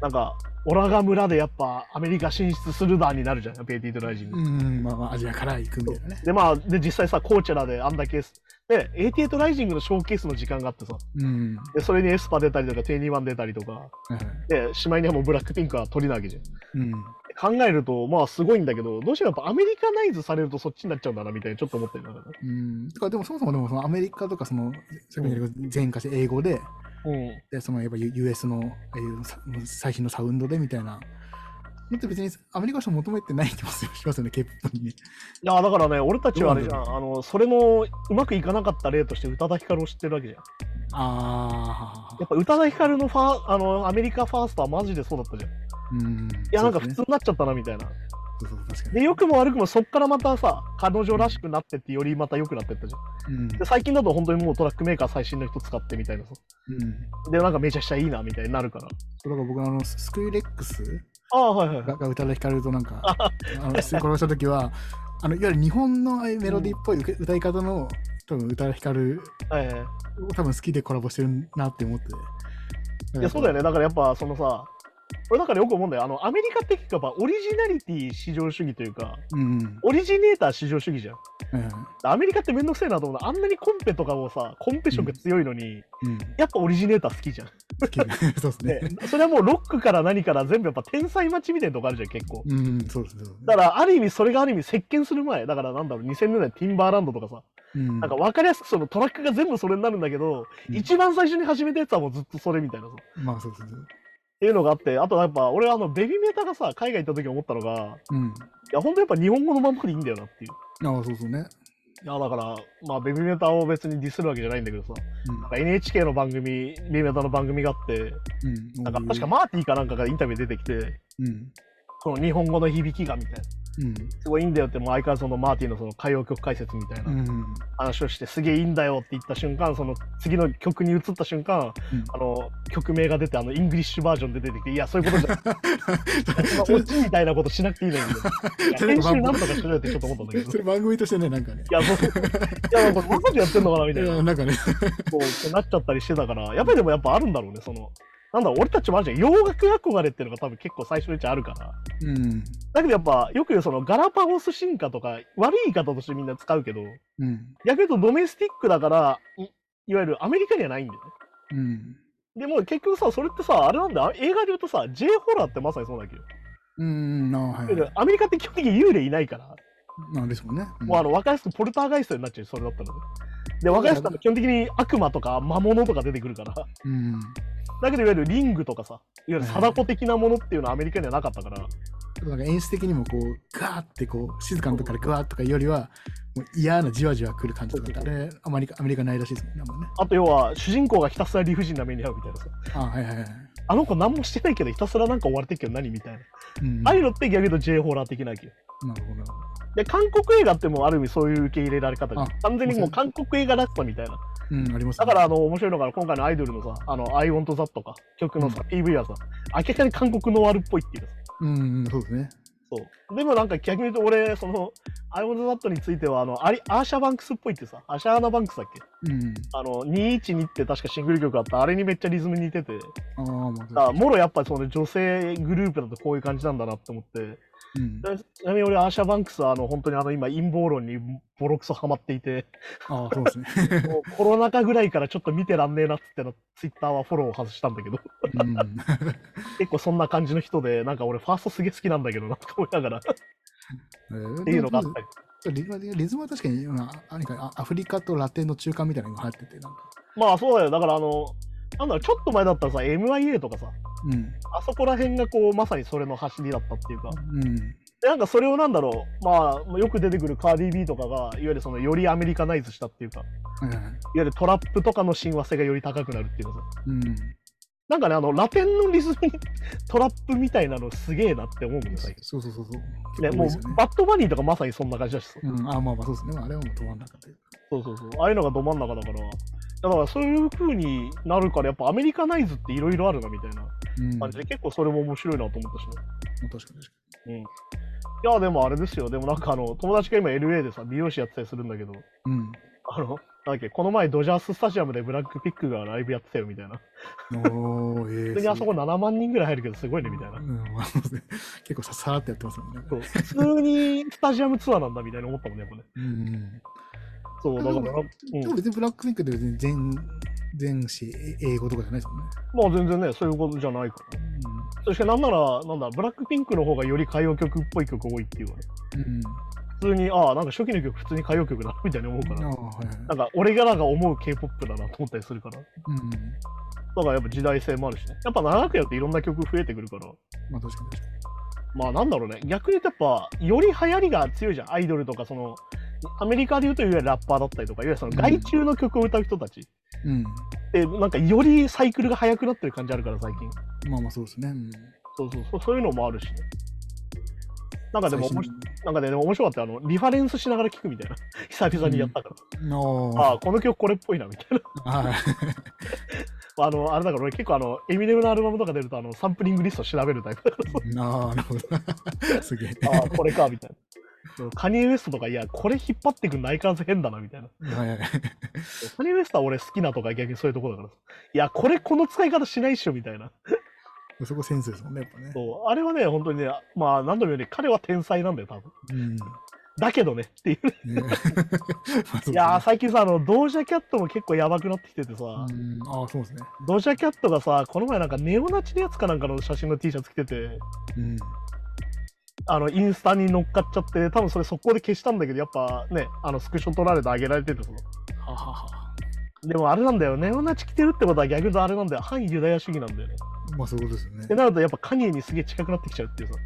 S2: なんか、オラが村でやっぱアメリカ進出するだになるじゃん、やっぱエティートライジン
S3: う
S2: グ。
S3: ん。うん。まあまあ、アジアから行くみたいなね。
S2: で、まあ、で、実際さ、コーチェラであんだけ、で、88ライジングのショーケースの時間があってさ、
S3: うん。は
S2: で、それにエスパ出たりとか、テニワン出たりとか、
S3: いはい。
S2: で、しまいにはもうブラックピンクは取りなわけじゃん。
S3: うん。
S2: 考えると、まあ、すごいんだけど、どうしてもやっぱアメリカナイズされるとそっちになっちゃうんだな、みたいな、ちょっと思ってるんだからね。
S3: うん、てかでもそもそもでもそのアメリカとかそのさっきの全化して英語で
S2: うん。
S3: でそのやっぱ U- US のああいうさ最新のサウンドでみたいなだって別にアメリカの人求めてない気もしますよね K-POP にね
S2: いや、だからね、俺たちはあれじゃん、あの、それのうまくいかなかった例として、宇多田ヒカルを知ってるわけじゃん。
S3: あ
S2: やっぱ宇多田ヒカルのファーあの、アメリカファーストはマジでそうだったじゃん。
S3: あうんい
S2: いやなんか普通になっちゃったなみたいな。
S3: そうそう確かに
S2: で良くも悪くもそっからまたさ彼女らしくなってってよりまた良くなってったじゃん。
S3: うん
S2: で最近だと本当にもうトラックメーカー最新の人使ってみたいなさ。
S3: うん
S2: でなんかめちゃくちゃいいなみたいになるから。
S3: そうだから僕のあのススクリレックス
S2: ああはいはい。
S3: がが歌で弾かれるとなんかあの殺した時はあのいわゆる日本のああいうメロディーっぽい歌歌い方の多分歌で弾かる
S2: はいはい
S3: 多分好きでコラボしてるなって思って。
S2: いやそうだよねだからやっぱそのさ俺だからよく思うんだよあのアメリカって結構やっぱオリジナリティ至上主義というか
S3: うん。
S2: オリジネーター至上主義じゃん。
S3: うん。
S2: アメリカってめんどくせえなと思うのあんなにコンペとかもさコンペ色強いのに、
S3: うん。
S2: やっぱオリジネーター好きじゃん。*laughs*
S3: 好きそうですね
S2: ね。、それはもうロックから何から全部やっぱ天才待ちみたいなとこあるじゃん結構。
S3: うん、そうですね。そうですね
S2: だからある意味それがある意味席巻する前だからなんだろう2000年代ティンバーランドとかさ
S3: うん、
S2: なんか分かりやすくそのトラックが全部それになるんだけど、
S3: うん
S2: 一番最初に始めたやつはもうずっとそれみたいなさっ
S3: まあそうですね。
S2: ていうのがあってあとやっぱ俺はあのベビーメーターがさ海外行った時思ったのが
S3: うん。
S2: いや本当やっぱ日本語のまんまでいいんだよなっていう
S3: ああ、そうそうね。
S2: いやだからまあベビーメーターを別にディスるわけじゃないんだけどさ
S3: うん
S2: なんか NHK の番組ベビーメーターの番組があって
S3: うん。
S2: なんか確かマーティーかなんかがインタビューで出てきて
S3: うん。
S2: この日本語の響きがみたいな
S3: うん。
S2: すごいいいんだよってもう相変わらずそのマーティーのその歌謡曲解説みたいな。
S3: うん。うん。
S2: 話をしてすげえいいんだよって言った瞬間その次の曲に移った瞬間あの曲名が出てあのイングリッシュバージョンで出てきていやそういうことじゃ *laughs* ない
S3: それ
S2: オチみたいなことしなくていい *laughs* のにいや
S3: それ
S2: 編集なんとかしろよってちょっと思ったんだけど
S3: それ番組としてね、なんかね。
S2: いやそういやこれわざとやってんのかなみたい
S3: い
S2: な
S3: やなんかね。
S2: こうってなっちゃったりしてたからやっぱりでもやっぱあるんだろうねそのなんだろう俺たちもあるじゃん洋楽憧れっていうのが多分結構最初のうちあるから
S3: うん。
S2: だけどやっぱよく言うそのガラパゴス進化とか悪い言い方としてみんな使うけど
S3: うん。
S2: 逆に言うとドメスティックだからいいわゆるアメリカにはないんだよね
S3: うん。
S2: でも結局さそれってさあれなんだよ映画で言うとさ J ホラーってまさにそうだけど、
S3: うん。ああ、はいはい。
S2: アメリカって基本的に幽霊いないから、
S3: まあですもんね。うん
S2: もうあの分かりやすくポルターガイストになっちゃうそれだったらねで分かりやすく基本的に悪魔とか魔物とか出てくるから
S3: うん。
S2: だけどいわゆるリングとかさいわゆる貞子的なものっていうのはアメリカにはなかったから、
S3: なんか演出的にもこう、ガーってこう、静かなとこからガーとかよりは、もう嫌なじわじわ来る感じとかってあれアメリカアメリカないらしいですもんねあんまね
S2: あと要は主人公がひたすら理不尽な目に遭うみたいなさ
S3: あはいはいはい、
S2: あの子何もしてないけどひたすらなんか追われてるけど何みたいな、
S3: うん、
S2: ああ
S3: な
S2: いう
S3: る
S2: のって逆に J ホラー的なわけよ
S3: ほど
S2: で韓国映画ってもうある意味そういう受け入れられ方じゃん
S3: あ
S2: 完全にもう韓国映画らしさみたいな
S3: うんあります、
S2: だからあの面白いのが今回のアイドルのさ「あの I want that」とか曲のさ、PV はさ明らかに韓国ノワールっぽいっていうかさ
S3: うんうんそうですね
S2: そうでもなんか逆に言うと俺その「I want that」についてはあのアリアーシャ・バンクスっぽいってさアーシャーナ・バンクスだっけ
S3: うん
S2: あの212って確かシングル曲あったあれにめっちゃリズム似てて
S3: ああまあ
S2: あもろやっぱその女性グループだとこういう感じなんだなって思って
S3: うん
S2: ちなみに俺アーシャ・バンクスはあの本当にあの今陰謀論にボロクソハマっていて
S3: ああそ
S2: *laughs*
S3: うですね
S2: もうコロナ禍ぐらいからちょっと見てらんねえなっつってなツイッターはフォローを外したんだけど *laughs*
S3: うん
S2: 結構そんな感じの人でなんか俺ファーストすげえ好きなんだけどなとか思いながらっ
S3: えー
S2: ていうのがあったり
S3: リズムリズムは確かにあ何かあアフリカとラテンの中間みたいなのが入っててなんか
S2: まあそうだよだからあのなんだろうちょっと前だったらさ MIA とかさ
S3: うん
S2: あそこら辺がこうまさにそれの走りだったっていうか
S3: うん
S2: でなんかそれをなんだろうまあよく出てくるカーディビーとかがいわゆるそのよりアメリカナイズしたっていうか
S3: はいはいはい
S2: いわゆるトラップとかの親和性がより高くなるっていうかさ
S3: うん
S2: なんかねあのラテンのリズムにトラップみたいなのすげえなって思うんだよ最
S3: そうそうそうそう。
S2: 近ねもう
S3: 結構多いですよね
S2: バッドバニーとかまさにそんな感じだしさ
S3: うん、あまあまあそうですね。まああれはもう止まんなかったです。
S2: そうそうそうああいうのがど真ん中だからだからそういう風になるからやっぱアメリカナイズっていろいろあるなみたいな
S3: うん、
S2: 感じで、結構それも面白いなと思ったしね
S3: もう確かに確か
S2: いやでもあれですよでもなんかあの友達が今 LA でさ美容師やってたりするんだけど
S3: に。うん。
S2: あのなんだっけこの前ドジャーススタジアムでブラックピックがライブやってたよみたいな
S3: おー、えー、
S2: 普通にあそこ
S3: な
S2: 7万人ぐらい入るけどすごいねみたいな
S3: うん、まあそうですね。結構ささらってやってますもんね。
S2: そう普通にスタジアムツアーなんだみたいに思ったもんね、やっぱね。
S3: うん。
S2: そう、だから、
S3: でもでも
S2: う
S3: 別にブラックピンクで別に全、全詞英語とかじゃないですもんね。
S2: ん、まあ全然ね、そういうことじゃないから。そしてなんなら、なんだ、ブラックピンクの方がより歌謡曲っぽい曲多いっていうかね。
S3: うん。うん。
S2: 普通に、ああ、なんか初期の曲普通に歌謡曲だなみたいに思うか
S3: あ
S2: ら。
S3: あ、はいはい。
S2: なんか俺がなんか思う K-POP だなと思ったりするから。だ
S3: うん。
S2: からやっぱ時代性もあるしね。やっぱ長くやるといろんな曲増えてくるから。
S3: まあ確かに確か
S2: まあなんだろうね。逆に言うとやっぱ、より流行りが強いじゃん。アイドルとか、その、アメリカでいうといわゆるラッパーだったりとか、いわゆるその外注の曲を歌う人たち。
S3: に。うん。
S2: でなんかよりサイクルが速くなってる感じあるから最近
S3: まあまあそうですね。うん。
S2: そうそうそうそういうのもあるしねなんかでもお
S3: 最
S2: もし
S3: 新
S2: なんかねでも面白かったよあのリファレンスしながら聞くみたいな *laughs* 久々にやったから、
S3: の
S2: あ
S3: あ
S2: あこの曲これっぽいなみたいな *laughs*
S3: あ、はい。
S2: あのあれだから俺結構あのエミネムのアルバムとか出るとあのサンプリングリスト調べるタイプだ *laughs* か
S3: *laughs* なあ、なるほど。 *laughs* すげえ。
S2: らああこれかみたいなカニエ・ウエストとかいやこれ引っ張ってくんないかんせ変だなみたいな
S3: はいはい。
S2: カニエ・ウエストは俺好きなとか逆にそういうとこだからいやこれこの使い方しないっしょみたいな
S3: そこセンスですもんね、やっぱね。
S2: そうあれはね本当にねまあ何度も言うように彼は天才なんだよ多分
S3: うん。
S2: だけどねっていう。
S3: ね *laughs* まあそうです
S2: い
S3: ね
S2: やー、最近さ、あの、ドージャキャットも結構やばくなってきててさ、
S3: うんああ、そうですね。
S2: ドージャキャットがさ、この前なんかネオナチのやつかなんかの写真の T シャツ着てて、
S3: うん。
S2: あの、インスタに乗っかっちゃって、多分それ速攻で消したんだけど、やっぱね、あの、スクショ撮られてあげられててさ。
S3: ははは。
S2: でもあれなんだよ、ネオナチ着てるってことは逆にあれなんだよ、反ユダヤ主義なんだよね。
S3: まあそういうことですよ
S2: って
S3: ね。
S2: なるとやっぱカニエにすげえ近くなってきちゃうっていうさ。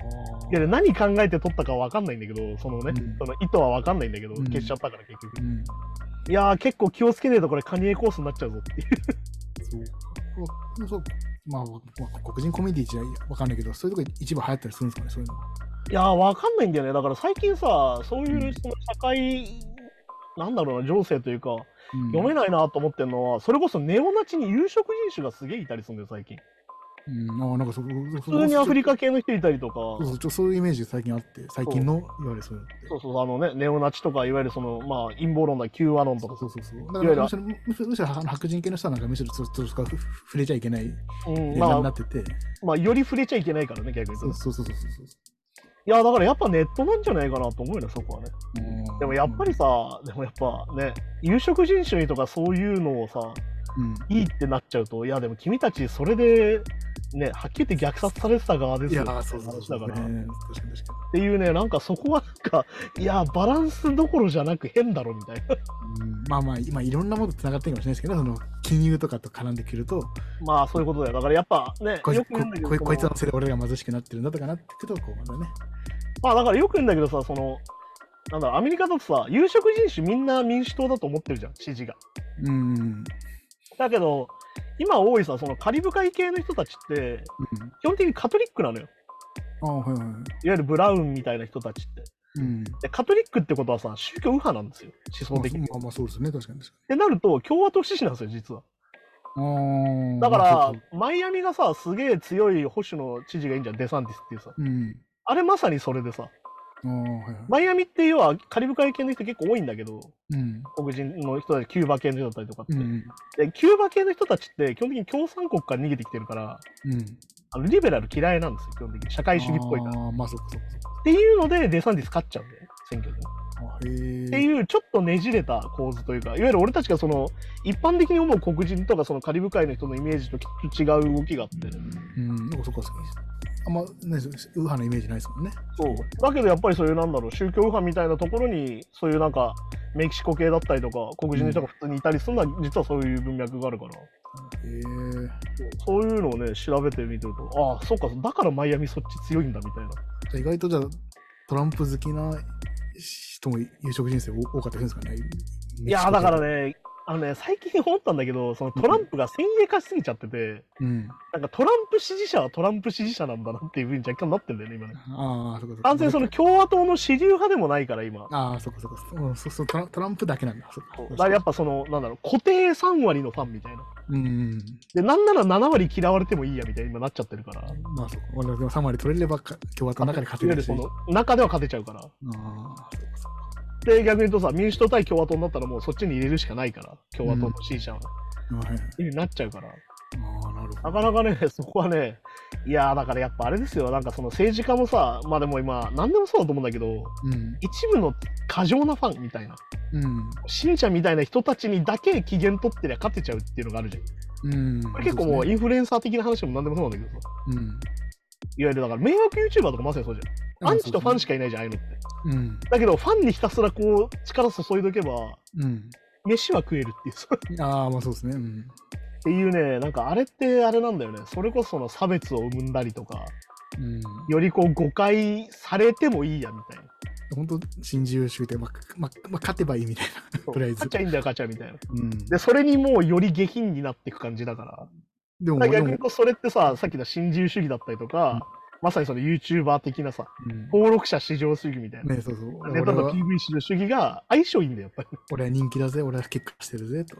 S3: あ
S2: いや、で何考えて撮ったかわかんないんだけど、そのね、
S3: うん
S2: その意図はわかんないんだけど、
S3: うん
S2: 消しちゃったから結局。
S3: ーうん。
S2: いやー、結構気をつけねえとこれカニエコースになっちゃうぞっていう。
S3: そうか。まあそうまあ、まあ黒人コミュニティじゃわかんないけど、そういうとこ一部流行ったりするんですかね、そういうのは。
S2: いやー、わかんないんだよね。だから最近さ、そういううんその社会、なんだろうな、情勢というか、
S3: うん
S2: 読めないなと思ってるのは、それこそネオナチに有色人種がすげえいたりするんだよ、最近。
S3: うん、ああ、なんかそこ、そ
S2: 普通にアフリ
S3: カ。
S2: カ系の人いたりとか、
S3: そうそうちょそういうイメージ最近あって、最近の、いわゆるそういうのって。
S2: そうそう、あのね、ネオナチとか、いわゆるその、まあ、陰謀論だ、Q アノンとか、
S3: そうそうそう。
S2: いわ
S3: だ
S2: ゆ
S3: か
S2: る
S3: らむしろ、むしろむしろ白人系の人はなんかむしろそそそこはふ触れちゃいけない
S2: うん、
S3: 映画にな
S2: ま
S3: ってて。
S2: あ、まあ、より触れちゃいけないからね、逆に
S3: そ
S2: 言う
S3: う
S2: と。
S3: そうそうそうそう。
S2: いや、だからやっぱネットなんじゃないかなと思うよね、そこはね。
S3: うん
S2: でもやっぱり、さ、でもやっぱね、有色人種とかそういうのをさ、
S3: うん、
S2: いいってなっちゃうと、いや、でも君たち、それで、ね、はっきり言って虐殺されてた側で
S3: い
S2: すよ
S3: や
S2: って
S3: ー、
S2: 話
S3: そうそうそう。
S2: だから。っ
S3: ね確かに確か
S2: ていうね、なんかそこはなんか、いや、バランスどころじゃなく変だろみたいな。 *laughs*
S3: に。うんまあまあ、今いろんなものと繋がってるかもしれないですけど、その金融とかと絡んでくると、
S2: まあ、そういうことだよ。だからやっぱね、
S3: こい
S2: よ
S3: つ
S2: く言うんだけど
S3: こい
S2: その
S3: こいつのせいで俺が貧しくなってるんだとかなってくると、こうまだね。
S2: まあ、だからよく言うんだけどさ、その、なんだろうアメリカだとさ有色人種みんな民主党だと思ってるじゃん支持が
S3: うん。うん。
S2: だけど今多いさそのカリブ海系の人たちって基本的にカトリックなのよ
S3: あはいはい。
S2: いわゆるブラウンみたいな人たちって
S3: うん。
S2: でカトリックってことはさ宗教右派なんですよ思想的に、
S3: まあ、まあ、そうですね、確かに確か
S2: ってなると共和党支持なんですよ実は
S3: に。
S2: だ
S3: ああ。
S2: か
S3: ま
S2: ら
S3: あそう
S2: マイアミがさすげえ強い保守の知事がいいんじゃんデサンティスっていうさ
S3: そううん。
S2: あれまさにそれでさ
S3: ああ、はいはい。
S2: マイアミって要はカリブ海系の人結構多いんだけど
S3: うん。
S2: 黒人の人たちキューバ系の人だったりとかって、
S3: うん。
S2: でキューバ系の人たちって基本的に共産国から逃げてきてるから
S3: うん。
S2: あのリベラル嫌いなんですよ基本的に社会主義っぽいからっ
S3: ああ、まあ、そうかそうかそうか。
S2: ていうのでデサンティス勝っちゃうんだよね選挙で、
S3: あへえ。
S2: っていうちょっとねじれた構図というかいわゆる俺たちがその一般的に思う黒人とかそのカリブ海の人のイメージときっと違う動きがあって、
S3: うん、なんかそこは好きです。あんま、ないですよ右派のイメージないですもんね。
S2: そうだけどやっぱりそういうなんだろう宗教右派みたいなところにそういうなんかメキシコ系だったりとか黒人の人が普通にいたりするのは実はそういう文脈があるから、
S3: へえ。
S2: そういうのをね調べてみてるとああそうかだからマイアミそっち強いんだみたいな
S3: じゃあ意外とじゃあ、トランプ好きな人も有色人生多かったりするんですかね。
S2: いやーだから。ねあのね最近思ったんだけどそのトランプが先鋭化しすぎちゃってて
S3: うん。
S2: なんかトランプ支持者はトランプ支持者なんだなっていうふうに若干なってんだよね今ね
S3: ああ、そうかそうか。
S2: 完全にその共和党の支流派でもないから今
S3: ああ、そっかそっか。うん、そうそうトラン、トランプだけなんだ。そっか。
S2: だからやっぱそのなんだろう固定3割のファンみたいな
S3: うんうん。
S2: でなんなら7割嫌われてもいいやみたいに今なっちゃってるから
S3: まあ、そうか。俺でも3割取れればか、共和党の中で勝て
S2: いわゆ
S3: る
S2: る
S3: し。
S2: そ
S3: あ
S2: の中では勝てちゃうから
S3: あ、そうかそうか。
S2: で逆に言うとさ民主党対共和党になったらもうそっちに入れるしかないから共和党の支持者は、
S3: あはいはい
S2: になっちゃうから
S3: ああ、なる
S2: な
S3: ほど。
S2: かなかね、 *laughs* そこはね、いやー、だからやっぱあれですよ、なんかその政治家もさ、まあでも今、何でもそうだと思うんだけど、
S3: うん。
S2: 一部の過剰なファンみたいな、
S3: うん。
S2: 信者みたいな人たちにだけ機嫌取ってりゃ勝てちゃうっていうのがあるじゃん。
S3: うん。
S2: これ結構もうインフルエンサー的な話でも何でもそうなんだけどさ、
S3: う、うん。
S2: いわゆるだから迷惑 YouTuber とかまさにそうじゃん。アンチとファンし
S3: か。
S2: かいないじゃん、ああいうのって。
S3: うん。
S2: だけど、ファンにひたすらこう、力注いどけば、
S3: うん。
S2: 飯は食えるっていう、 *laughs* そう
S3: ああ、まあそうですね。うん。
S2: っていうね、なんかあれってあれなんだよね、それこそその差別を生んだりとか、
S3: うん、
S2: よりこう誤解されてもいいやみたいな。
S3: 本当新自由主義で、まあまあまあ、勝てばいいみたいな、 *laughs* とりあえず
S2: 勝っ。ちゃいいんだよ、勝っちゃいみたいな。
S3: うん、
S2: で、それにもうより下品になっていく感じだから。
S3: でも
S2: だから
S3: で
S2: 逆に
S3: も
S2: 言うと、それってさ、さっきの新自由主義だったりとか、まさにその YouTuber 的なさ、
S3: うん
S2: 登録者至上主義みたいな。
S3: ねそうそう。
S2: ネ
S3: 俺
S2: タと
S3: は
S2: PV 至上主義が相性いいんだよ、やっぱり。だか *laughs*
S3: 俺は人気だぜ、俺は結果してるぜ、と。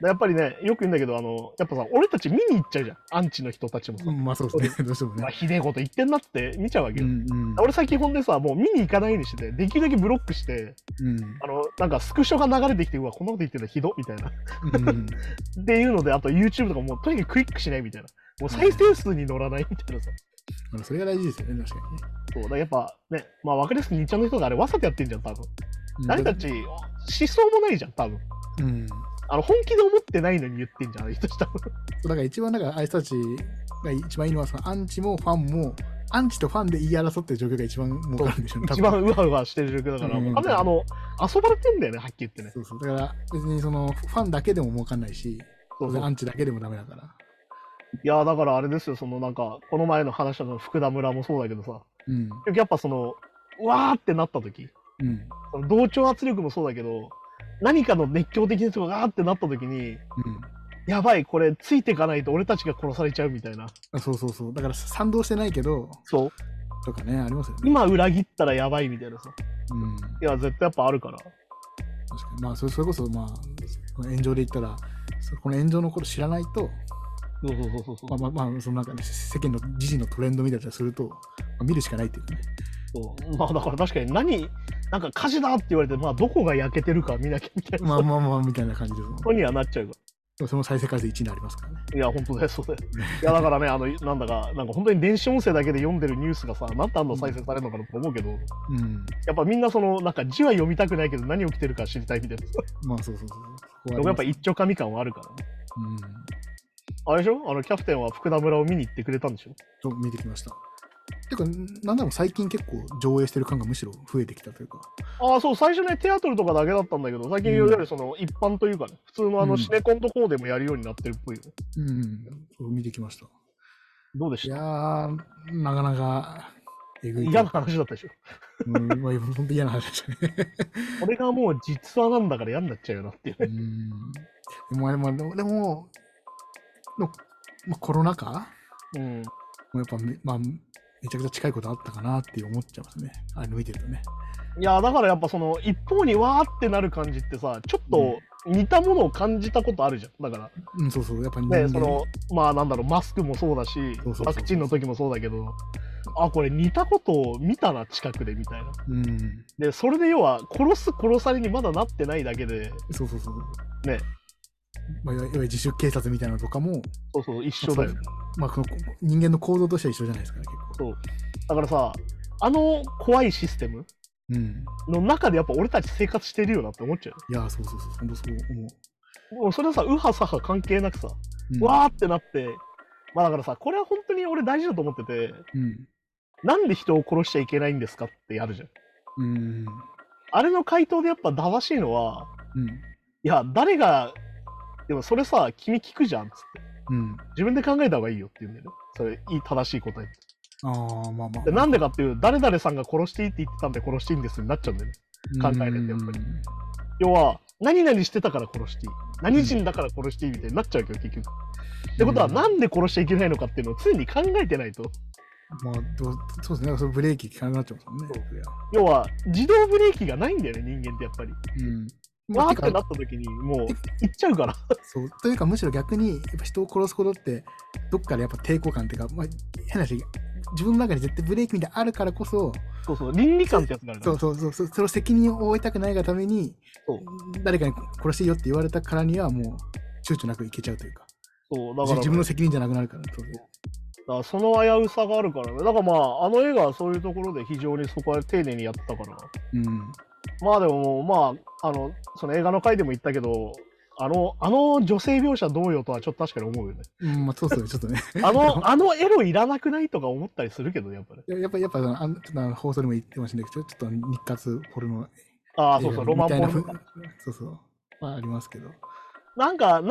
S2: らやっぱりね、よく言うんだけど、あの、やっぱさ、俺たち見に行っちゃうじゃん。アンチの人たちもさ。
S3: うんまあそうですね、 *laughs* どうしても
S2: まあ、
S3: ね。
S2: ひでえこと言ってんなって見ちゃうわけ
S3: う
S2: よ。
S3: んうん
S2: 俺最近ほんでさ、もう見に行かないようにしてて、できるだけブロックして、
S3: うん
S2: あの、なんかスクショが流れてきて、うわ、こんなこと言ってるのひどっみたいな。
S3: うん
S2: っていうので、あと YouTube とかもうとにかくクリックしないみたいな。もう再生数に乗らないみたいなさ。
S3: まあそれが大事ですよね、確かにね
S2: そうだからやっぱね、まあ分かりやすく日ちゃんの人があれわざとやってんじゃん、多分。
S3: うん。
S2: 誰たち、思想もないじゃん、多分。
S3: うん。
S2: あの、本気で思ってないのに言ってんじゃん、あの人多分。
S3: そうだから一番なんかあいつたちが一番いいのはそのアンチもファンもアンチとファンで言い争ってる状況が一番儲かるんでしょうね。多
S2: 一
S3: 分
S2: 番うわうわしてる状況だから、
S3: うん
S2: もう完全にあの、遊ばれてんだよね、はっきり言ってね。
S3: そうそう。だから別にそのファンだけでも儲かんないし、
S2: そうそう
S3: アンチだけでもダメだから。
S2: いやー、だからあれですよ、そのなんか、この前の話の福田村もそうだけどさ、
S3: うん。
S2: やっぱその、うわーってなった時
S3: うん。
S2: その同調圧力もそうだけど、何かの熱狂的な人がガーってなった時に、
S3: うん。
S2: やばい、これ、ついていかないと俺たちが殺されちゃうみたいな。
S3: あそうそうそう。だから賛同してないけど、
S2: そう。
S3: とかね、ありますよね。
S2: 今裏切ったらやばいみたいなさ。
S3: うん。
S2: いや、絶対やっぱあるから。
S3: 確かに。まあ、それそれこそ、まあ、炎上で言ったら、そこの炎上のこと知らないと、
S2: そうそうそうそう
S3: まあまあ、まあ、そのなんかね、世間の時事のトレンドみたいなのすると、まあ見るしかないっていうかね。
S2: そう。まあだから確かに何、なんか火事だって言われて、まあどこが焼けてるか見なきゃみたいな
S3: まあまあまあ、みたいな感じですもん。
S2: ことにはなっちゃうか
S3: でもその再生回数1になりますからね。
S2: ら。いや、本当だよ、そうだよ。いや、だからね、あの、なんだか、なんか本当に電子音声だけで読んでるニュースがさ、なんてあんの再生されるのかなと思うけど、
S3: うん。
S2: やっぱみんなその、なんか字は読みたくないけど何起きてるか知りたいみたいな。
S3: まあ、そうそうそう。そこはあ
S2: で
S3: り
S2: もや
S3: ま
S2: っぱ
S3: す
S2: 一丁神感はあるからね。
S3: うん。
S2: あれでしょあの、キャプテンは福田村を見に行ってくれたんでしょ
S3: と見てきました。てか、なんだろう、最近結構上映してる感がむしろ増えてきたというか。
S2: ああそう最初ねテアトルとかだけだったんだけど最近いわゆるその一般というかね普通のあ
S3: う
S2: の
S3: ん
S2: シネコンとこうでもやるようになってるっぽいよね、
S3: うん。そう見てきました。
S2: どうで
S3: い
S2: し
S3: や
S2: た
S3: ー、なかなか、えぐい。
S2: 嫌な話だったでしょ
S3: うん、まあ、本当嫌な話でしたね。
S2: これがもう実話なんだから嫌になっちゃうよなっていう
S3: う
S2: ね。
S3: ん。でも、まあ、でも、でも、のまあ、コロナ禍
S2: うん。
S3: もうやっぱめ、まあ、めちゃくちゃ近いことあったかなって思っちゃいますね。あれ見てるとね。
S2: いやだからやっぱその一方にわーってなる感じってさちょっと似たものを感じたことあるじゃんだか
S3: うん、そうそう。やっぱ人
S2: らね
S3: 間
S2: そのまあなんだろうマスクもそうだし
S3: そうそうそう
S2: ワクチンの時もそうだけどあこれ似たことを見たな近くでみたいな
S3: うん。
S2: でそれで要は殺す殺されにまだなってないだけで
S3: そうそうそう。
S2: ね。
S3: まあ、いわいわゆる自主警察みたいなのとかも、
S2: そうそう一緒だよね
S3: まあ、この人間の行動としては一緒じゃないですかね、結構。
S2: そうだからさあの怖いシステム
S3: うん。
S2: の中でやっぱ俺たち生活してるよなって思っちゃ
S3: いや、そうそうそう、本当そう思う。
S2: うもうそれはさ右派左派関係なくさ
S3: うん、
S2: わーってなってまあだからさこれは本当に俺大事だと思ってて
S3: うん。
S2: なんで人を殺しちゃいけないんですかってやるじゃん。
S3: うん。
S2: あれの回答でやっぱ正しいのは、
S3: うん。
S2: いや、誰が、でもそれさ、君聞くじゃんっつって。
S3: うん。
S2: 自分で考えた方がいいよって言うんだよね。それ、いい、正しい答え。
S3: ああ、まあまあ
S2: で。なんでかっていう、誰々さんが殺していいって言ってたんで殺していいんですになっちゃうんだよね。考えるんだやっぱり
S3: うん
S2: 要は、何々してたから殺していい。何人だから殺していいみたいになっちゃうけど、結局。ってことは、
S3: うん
S2: なんで殺しちゃいけないのかっていうのを常に考えてないと。
S3: まあ、どうそうですね。それブレーキ効かなくなっちゃうもんね。
S2: 要は、自動ブレーキがないんだよね、人間ってやっぱり。
S3: うん。ま
S2: わ
S3: あ、
S2: ーっててな
S3: か
S2: った時に、もう、行っちゃうから。
S3: そうというか、むしろ逆に、やっぱ人を殺すことって、どっかでやっぱ抵抗感っていうか、まあ、変な話、自分の中に絶対ブレーキみたいなのあるからこそ、
S2: そうそう、倫理観ってやつがあるか
S3: そ
S2: ら
S3: う。そうそう、そその責任を負いたくないがために
S2: そ、
S3: 誰かに殺していいよって言われたからには、もう、躊躇なくいけちゃうというか、
S2: そう、だ
S3: 自
S2: から、
S3: 自分の責任じゃなくなるから、当然。
S2: だからその危うさがあるからね。だからまあ、あの映画はそういうところで非常にそこは丁寧にやってたから。
S3: うん。
S2: まあでももう、まあ、あの、その映画の回でも言ったけど、あの、あの女性描写どうよとはちょっと確かに思
S3: *laughs*
S2: うよね。
S3: うん、まあ、そ
S2: *laughs*
S3: うそう、ちょっとね。
S2: あの、あのエロいらなくないとか思ったりするけど、やっぱり、ね。
S3: ややっぱり、やっぱあの、あのちょっとあの放送でも言ってましたけど、ちょちょっと日活ポルノ
S2: ああ、そうそう、ロマンポ
S3: み
S2: ル
S3: たい
S2: ノ
S3: な。そうそう。まあ、ありますけど。
S2: なんか、なん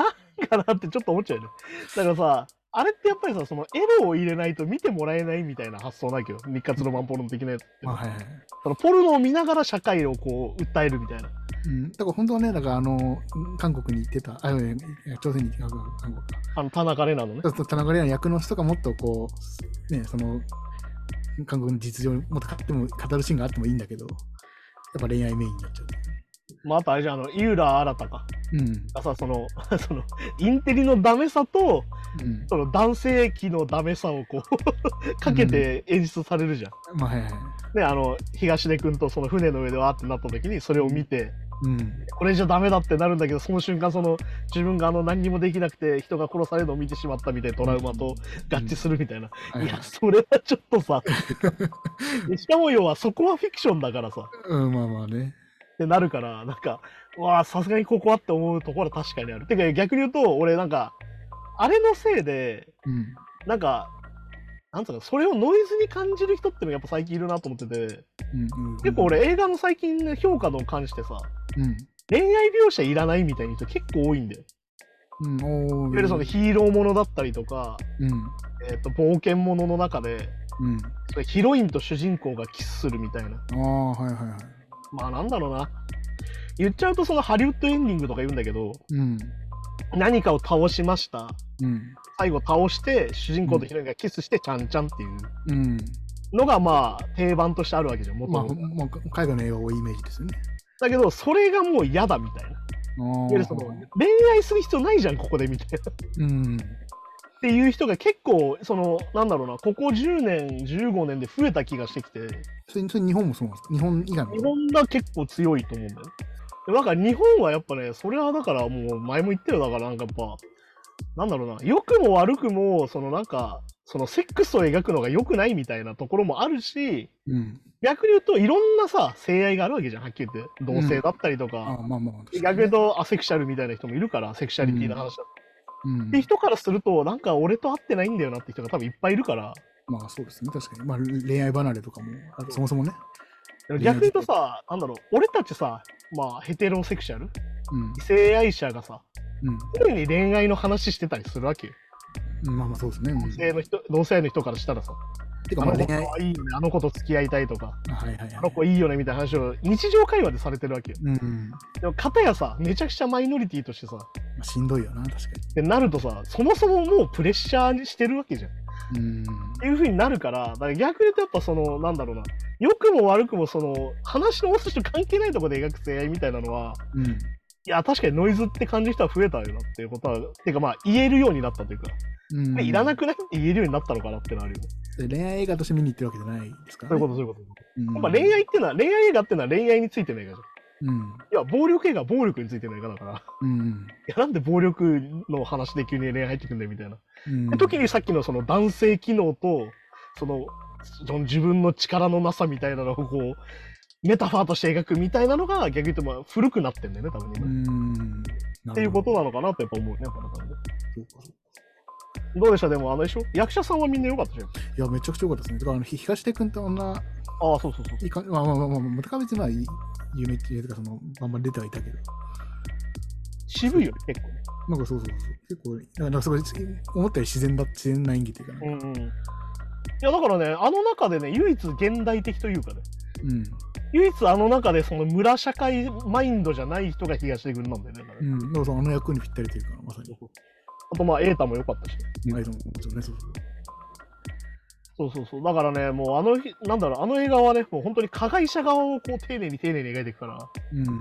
S2: かなってちょっと思っちゃうよね。だからさ、あれってやっぱりさ、そのエロを入れないと見てもらえないみたいな発想ないけど、日活ロマンポルノ的なやつって
S3: まあ、はいはい。
S2: そのポルノを見ながら社会をこう、訴えるみたいな。
S3: うん、だから本当はね、だからあの、韓国に行ってた、あ、いやいや朝鮮に行ってた、韓国韓国か。
S2: あの、田中玲奈のね
S3: ちょ。っと田中玲奈役の人がもっとこう、ね、その、韓国の実情をもっと語っても語るシーンがあってもいいんだけど、やっぱ恋愛メインになっちゃう。
S2: まあ、あとあれじゃんあの、井浦新か。
S3: うん。
S2: がさ、その、 *laughs* その、インテリのダメさと、
S3: うん。
S2: その男性器のダメさをこう、 *laughs* かけて演出されるじゃん。
S3: まあ、はいはい。
S2: ね、あの、東出くんとその船の上でわーってなった時に、それを見て、
S3: うん。
S2: これじゃダメだってなるんだけど、その瞬間、その、自分があの、何にもできなくて、人が殺されるのを見てしまったみたいなトラウマと合致するみたいな。
S3: はいいは
S2: や、
S3: い
S2: それはちょっとさ、でしかも要は、そこはフィクションだからさ。
S3: うん、まあまあね。
S2: ってなるから、なんか、うわあ、さすがにここはって思うところは確かにある。てか逆に言うと、俺なんか、あれのせいで、
S3: うん。
S2: なんか、なんつうの、それをノイズに感じる人ってのがやっぱ最近いるなと思ってて、
S3: うん、うん
S2: 結構、俺映画の最近の評価の関してさ、
S3: うん。
S2: 恋愛描写いらないみたいな人結構多いんだよ。
S3: うん、お
S2: い
S3: ー
S2: わゆるそのヒーローものだったりとか、
S3: うん。
S2: えっ、と、冒険ものの中で、
S3: うん。
S2: それヒロインと主人公がキスするみたいな。
S3: ああ、はいはいはい。
S2: まあなんだろうな。言っちゃうとそのハリウッドエンディングとか言うんだけど、
S3: うん。
S2: 何かを倒しました。
S3: うん。
S2: 最後倒して主人公とヒロインがキスしてちゃんちゃんっていう
S3: うん。
S2: のがまあ定番としてあるわけじゃん元
S3: まあ、
S2: 々
S3: ほんまあ、海外の映画多いイメージですよね。
S2: だけどそれがもう嫌だみたいない
S3: あ
S2: わゆるその恋愛する必要ないじゃんここでみたいなっ
S3: うん。
S2: ていう人が結構そのなんだろうなここ10年15年で増えた気がしてきて
S3: それ、それ日本もそうなんですか日本以外の。
S2: 日本が結構強いと思うんだよねでだから日本はやっぱねそれはだからもう前も言ったよだからなんかやっぱなんだろうな良くも悪くもそのなんかそのセックスを描くのが良くないみたいなところもあるし
S3: うん。
S2: 逆に言うといろんなさ性愛があるわけじゃんはっきり言って同性だったりと
S3: あ
S2: か、
S3: まあまあ、確かに
S2: 逆に言うとアセクシャルみたいな人もいるからセクシャリティの話だ、
S3: うん
S2: って人からするとなんか俺と会ってないんだよなって人が多分いっぱいいるから
S3: まあそうですね、確かに。まあ恋愛離れとかも、あそもそもね。
S2: でも逆に言うとさなんだろう俺たちさまあヘテロセクシャル
S3: うん
S2: 異。性愛者がさ
S3: う
S2: 常に恋愛の話してたりするわけよ
S3: ん。まあまあそうですね。うん
S2: 同性の人同性愛の人からしたらさ
S3: てか、
S2: あ
S3: ま
S2: の子
S3: あ、恋愛。
S2: 可愛いよね、あの子と付き合いたいとか、
S3: あはいはい
S2: あ
S3: は
S2: の
S3: い。
S2: 子いいよねみたいな話を日常会話でされてるわけよ。
S3: うん。ま
S2: でも、片やさ、めちゃくちゃマイノリティとしてさ、
S3: あ、しんどいよな、確か
S2: ってなるとさ、そもそももうプレッシャーにしてるわけじゃん。っ
S3: に。うん。
S2: ていう風になるから、だから逆に言うとやっぱその、なんだろうな、良くも悪くもその、話の押す人関係ないところで描く性愛みたいなのは、
S3: うん。
S2: いや、確かにノイズって感じる人は増えたよなっていうことは、てかまあ、言えるようになったというか、
S3: うん、
S2: でいらなくないって言えるようになったのかなってのはあるよね。
S3: で恋愛映画として見に行ってるわけじゃないですから、
S2: そうい
S3: ね。
S2: うこと、そういうこと。
S3: うん
S2: やっぱ恋愛っていうのは、恋愛映画っていうのは恋愛についての映画じゃん。
S3: うん。
S2: いや、暴力映画は暴力についての映画だから、い
S3: うん。
S2: や、なんで暴力の話で急に恋愛入ってくんだよみたいな。
S3: うん
S2: で時にさっきのその男性機能と、その、その自分の力のなさみたいなのをこう、メタファーとして描くみたいなのが、逆に言っても古くなってんだよね、多分
S3: う
S2: 今。っ
S3: ん。って
S2: いうこと
S3: は
S2: なのかなってやっぱ思うね、やっぱだからねどうでしたでもあのでしょ役者さんはみんな良かったじゃん。
S3: いや、めちゃくちゃ良かったですね。だから、あのひ東出君って女、
S2: ああ、そうそうそう。
S3: いいかまあまあまあまあ、また別にまあ、いい有名っていうか、その、あんまり出てはいたけど、
S2: 渋いよね、結構ね。
S3: なんかそうそうそう、結構、なんかすごい、思ったより自然だ、自然な演技っていうかなんか、
S2: うんうん。いや、だからね、あの中でね、唯一現代的というかね、
S3: うん、
S2: 唯一あの中でその村社会マインドじゃない人が東出君なんだよね。だから
S3: うん、だからそのあの役にぴったりというか、まさに、
S2: あとまあ、瑛太も良かったしね。
S3: あれでももちろんね、そうそう。
S2: そうそうそう。だからね、もうあの日、なんだろう、あの映画はね、もう本当に加害者側をこう丁寧に丁寧に描いていくから、
S3: うん、
S2: なん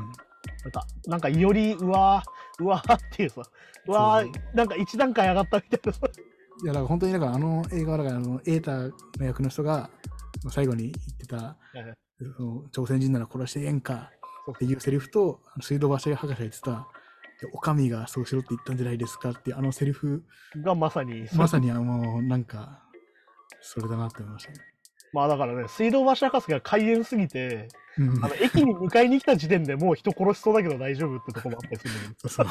S2: か、なんかより、うわー、うわーっていうさ、うわ
S3: そう
S2: ー、なんか一段階上がったみたいなさ。
S3: いや、だから本当に、だからあの映画は、だから、あの、エータの役の人が、最後に言ってた、その朝鮮人なら殺してええんかっていうセリフと、あの水道橋博士が言ってた、お上がそうしろって言ったんじゃないですかっていうあのセリフ、
S2: がまさに、
S3: まさにあの、なんか、それだなって思いましたね。
S2: まあだからね、水道橋博士が開園すぎて、
S3: うん
S2: あの駅に迎えに来た時点でもう人殺しそうだけど大丈夫ってとこもあったりするんだけど。
S3: そう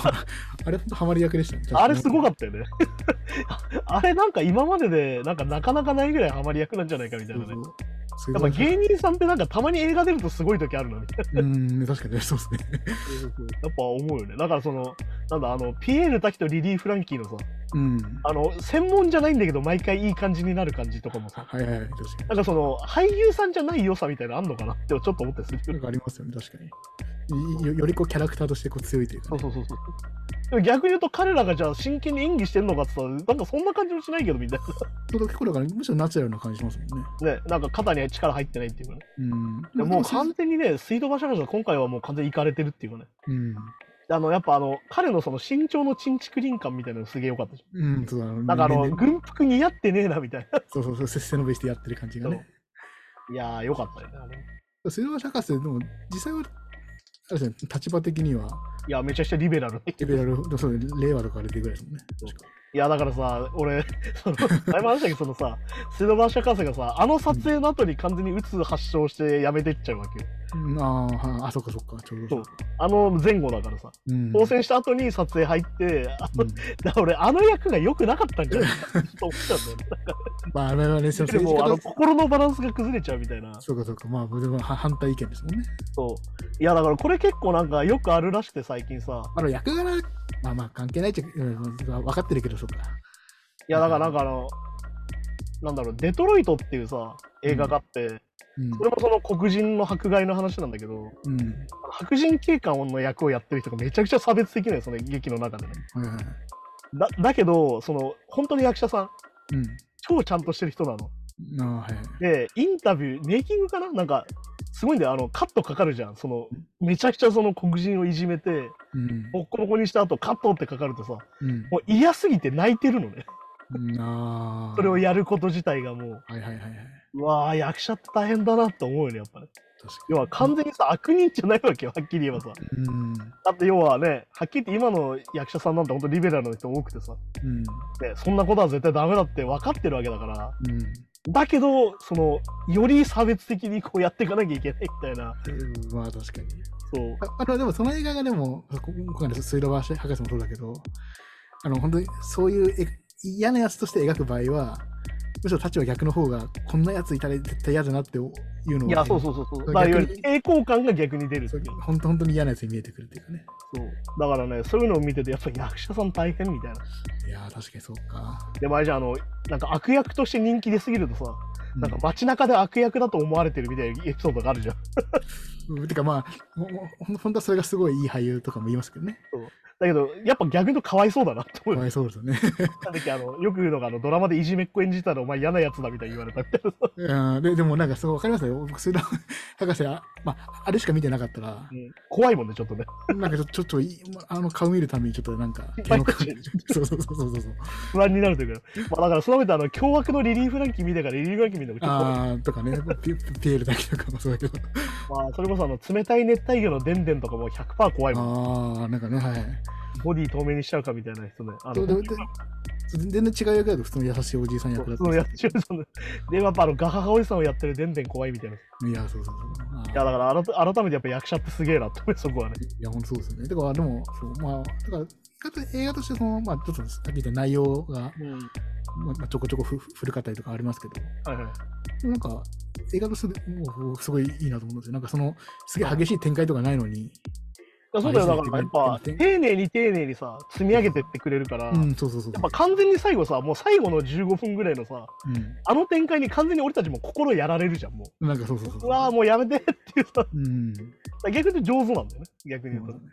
S3: あれ、本当ハマり役でしたね。
S2: あれすごか
S3: っ
S2: ったよね。 *laughs* あれなんか今まででなんかなかなかないぐらいハマり役なんじゃないかみたいなね。やっぱ芸人さんってなんかたまに映画出るとすごい時あるなみたいな。
S3: うん、確かにね、そうですね。
S2: やっぱ思うよね。だからその、なんだ、あの、ピエール滝とリリー・フランキーのさ、
S3: うん。
S2: あの、専門じゃないんだけど毎回いい感じになる感じとかもさ、
S3: はいはいはい、確か
S2: なんかその、俳優さんじゃない良さみたいなのあんのかなってちょっと思ったりする
S3: に。なんかありますよね、確かに。いよよりこうキャラクターとしてこう強いというか
S2: そ
S3: ね、
S2: うそうそうそう。でも逆に言うと彼らがじゃあ真剣に演技してんのかって言ったらなんかそんな感じもしないけどみたい
S3: そうだ結構だからむしろナチュラルな感じしますもんね。
S2: な。ね、なんか肩に力入ってないっていうかね。
S3: うん。
S2: いやもう完
S3: ん
S2: 全にね、水道橋博士は今回はもう完全に行かれてるっていうかね。
S3: うん。
S2: あの、やっぱあの、彼のその身長のチンチクリン感みたいなのすげえ良かったじ
S3: うん、そうだ
S2: ゃん。なんかあ
S3: ね
S2: の、軍服似合ってねえなみたいな。
S3: そうそうそう、せ背伸びしてやってる感じがね。
S2: いやー、良かったよね、あれ。
S3: 水道橋博士、でも実際は、あれですね、立場的にはい
S2: や、めちゃくちゃリベラル。 *laughs*
S3: リベラル、でもそう令和とかあれでぐらいですもんね。確か
S2: いや、だからさ、俺、 *laughs* その、前も話したけど、そのさ、水道橋博士がさ、あの撮影の後に完全に鬱発症してやめてっちゃうわけよ。
S3: うんあーはあ、あ、そっかそっか、ちょうど
S2: そうあの前後だからさ、
S3: うん。
S2: 当選した後に撮影入って、あ
S3: うん
S2: だから俺、あの役が良くなかったんじゃないかな
S3: *laughs*
S2: と思っちゃうんだよね。
S3: まあ、あれはね、その
S2: でも、あの、
S3: 政治家
S2: 心のバランスが崩れちゃうみたいな
S3: と。そうかそうか、まあ、でもは反対意見ですもんね。
S2: そう。いや、だからこれ結構なんかよくあるらしくて、最近さ。
S3: あの、役柄、まあまあ、関係ないっちゃ、うん分かってるけど、そうか。
S2: いや、だからなんかあの、なんだろう、デトロイトっていうさ、映画があって、
S3: うん
S2: それもその黒人の迫害の話なんだけど、
S3: うん。
S2: 白人警官の役をやってる人がめちゃくちゃ差別的なのよ、その劇の中でね。
S3: はいはいはい。
S2: だだけど、その、本当に役者さん、
S3: う
S2: 超ちゃんとしてる人なの。
S3: ん。ああ、はいはい。
S2: で、インタビュー、メイキングかななんか、すごいんだよ、あの、カットかかるじゃん。その、めちゃくちゃその黒人をいじめて、
S3: うん。
S2: ボッコボコにした後、カットってかかるとさ、
S3: うん
S2: もう嫌すぎて泣いてるのね。
S3: うんああ。
S2: それをやること自体がもう、
S3: はいはいはいはい。
S2: うわあ役者って大変だなって思うよね、やっぱね。
S3: 確かに。
S2: 要は完全にさ、悪人じゃないわけよ、はっきり言えばさ。
S3: うん。
S2: だって要はね、はっきり言って今の役者さんなんて本当リベラルの人多くてさ、
S3: うん。
S2: ね、そんなことは絶対ダメだって分かってるわけだから、
S3: うん。
S2: だけど、その、より差別的にこうやっていかなきゃいけないみたいな、
S3: うんまあ確かに。
S2: そう。
S3: ああのでもその映画がでも、こ今回の水道橋博士もそうだけど、あの本当にそういうえ嫌なやつとして描く場合は、むしろ立場逆の方が、こんなやついたら絶対嫌だなっていうのを。
S2: いや、そうそうそうそう。
S3: 逆
S2: だ
S3: に
S2: からより抵抗感が逆に出るって
S3: そ
S2: いうう。
S3: 本当本当に嫌なやつに見えてくるっていうかね。
S2: そう。だからね、そういうのを見てて、やっぱり役者さん大変みたいな。
S3: いやー、確かにそうか。
S2: で、前じゃんあの、なんか悪役として人気出すぎるとさ、なんか街中で悪役だと思われてるみたいなエピソードがあるじゃん。
S3: うんてかまあ、ももほん本当はそれがすごいいい俳優とかも言いますけどね。
S2: だけど、やっぱ逆に言うとかわいそうだなと
S3: か
S2: 思う。
S3: わいそうですよね。
S2: なんだっけあのよく言うのがあのドラマでいじめっ子演じたらお前嫌なやつだみたいに言われたみたいな。
S3: うんででもなんかすごいわかりますよ。僕、水道 *laughs* 博士は、まあ、あれしか見てなかったら、
S2: 怖いもんね、ちょっとね。
S3: なんかちょちょっとい、あの顔見るためにちょっとなんか、
S2: いっぱい
S3: 手の感じそうそうそうそうそうそう。
S2: 不安になるというか。まあだから、その上であの、凶悪のリリー・フランキー見てからリリー・フランキー見てもちょっと怖い
S3: ああ、とかね、ピピエールだけとかもそうだけど。
S2: まあ、それこそあの、冷たい熱帯魚のデンデンとかも100%怖いもん。
S3: ああ、なんかね、はい。
S2: ボディ透明にしちゃうかみたいな人ね。あ
S3: で
S2: の
S3: でで全然違う役だと普通の優しいおじいさん役だっ
S2: そ
S3: た
S2: の
S3: り
S2: やつそので、やっぱあの、ガハハおじさんをやってるデンデン怖いみたいな。い
S3: いや、そうそうそう。あー
S2: や、だから改改めてやっぱ役者ってすげえなと思う、そこはね。
S3: いや、本当そうですよね。だから、でも、そう、まあ、だから、あと映画として、その、まあ、ちょっと、さっき言った内容が、まあまあ、ちょこちょこふ古かったりとかありますけど、
S2: はいはい。
S3: でもなんか、映画として、もう、すごいいいなと思うんですよ。なんか、その、すげえ激しい展開とかないのに、
S2: いやそうだよ、だからやっぱ、丁寧に丁寧にさ、積み上げてってくれるから、
S3: う
S2: やっ
S3: ん、そうそうそう。
S2: ぱ完全に最後さ、もう最後の15分ぐらいのさ、
S3: う
S2: あの展開に完全に俺たちも心やられるじゃん、も。
S3: ん。なんか、そうそうそうう。
S2: うわーもうやめてっていうさ、
S3: うん。
S2: 逆に上手なんだよね、逆に言うと。だか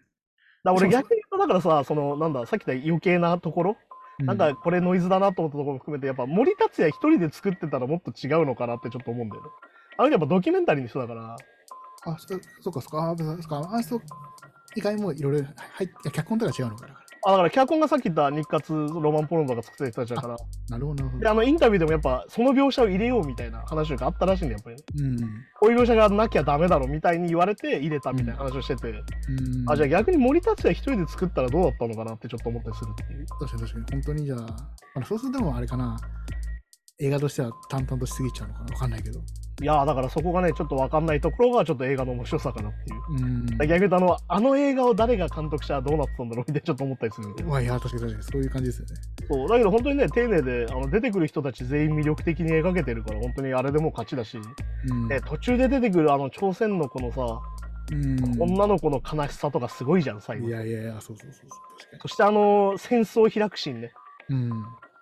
S2: ら
S3: そうそ
S2: 俺
S3: う
S2: 逆に言うと、だからさ、その、なんだ、さっき言った余計なところ、
S3: う
S2: なんか、これノイズだなと思ったところも含めて、やっぱ森達也一人で作ってたらもっと違うのかなってちょっと思うんだよね。あの人やっぱドキュメンタリーの人だから、
S3: あ、そそっかそっか、あ、そうか、ああ、そう、以外もいろいろ、はい、いや、脚本とか違うのかな。
S2: あだから脚本がさっき言った日活ロマンポロンとか作ってた人たちだから、
S3: なるほど、なるほ
S2: で
S3: ど。
S2: あのインタビューでもやっぱその描写を入れようみたいな話があったらしいんだよやっぱり、
S3: うん。
S2: こういう描写がなきゃダメだろみたいに言われて入れたみたいな話をしてて、
S3: うん
S2: あじゃあ逆に森達也一人で作ったらどうだったのかなってちょっと思ったりするっていう
S3: 確かに確かに本当にじゃああのそうするとでもあれかな映画としては淡々としすぎちゃうのかなわかんないけど
S2: いやーだからそこがねちょっと分かんないところがちょっと映画の面白さかなっていう。
S3: うん
S2: だから逆に言うとあのあの映画を誰が監督したらどうなってたんだろうみたいなちょっと思ったりするんだよ
S3: まあいや確かに確かにそういう感じですよね
S2: そうだけど本当にね丁寧であの出てくる人たち全員魅力的に描けてるから本当にあれでもう勝ちだし、
S3: うん
S2: ね途中で出てくるあの朝鮮の子のさ、
S3: うん
S2: 女の子の悲しさとかすごいじゃん最後
S3: いやいやいやそうそうそうそう確か
S2: そしてあの戦争を開くシーンね、
S3: に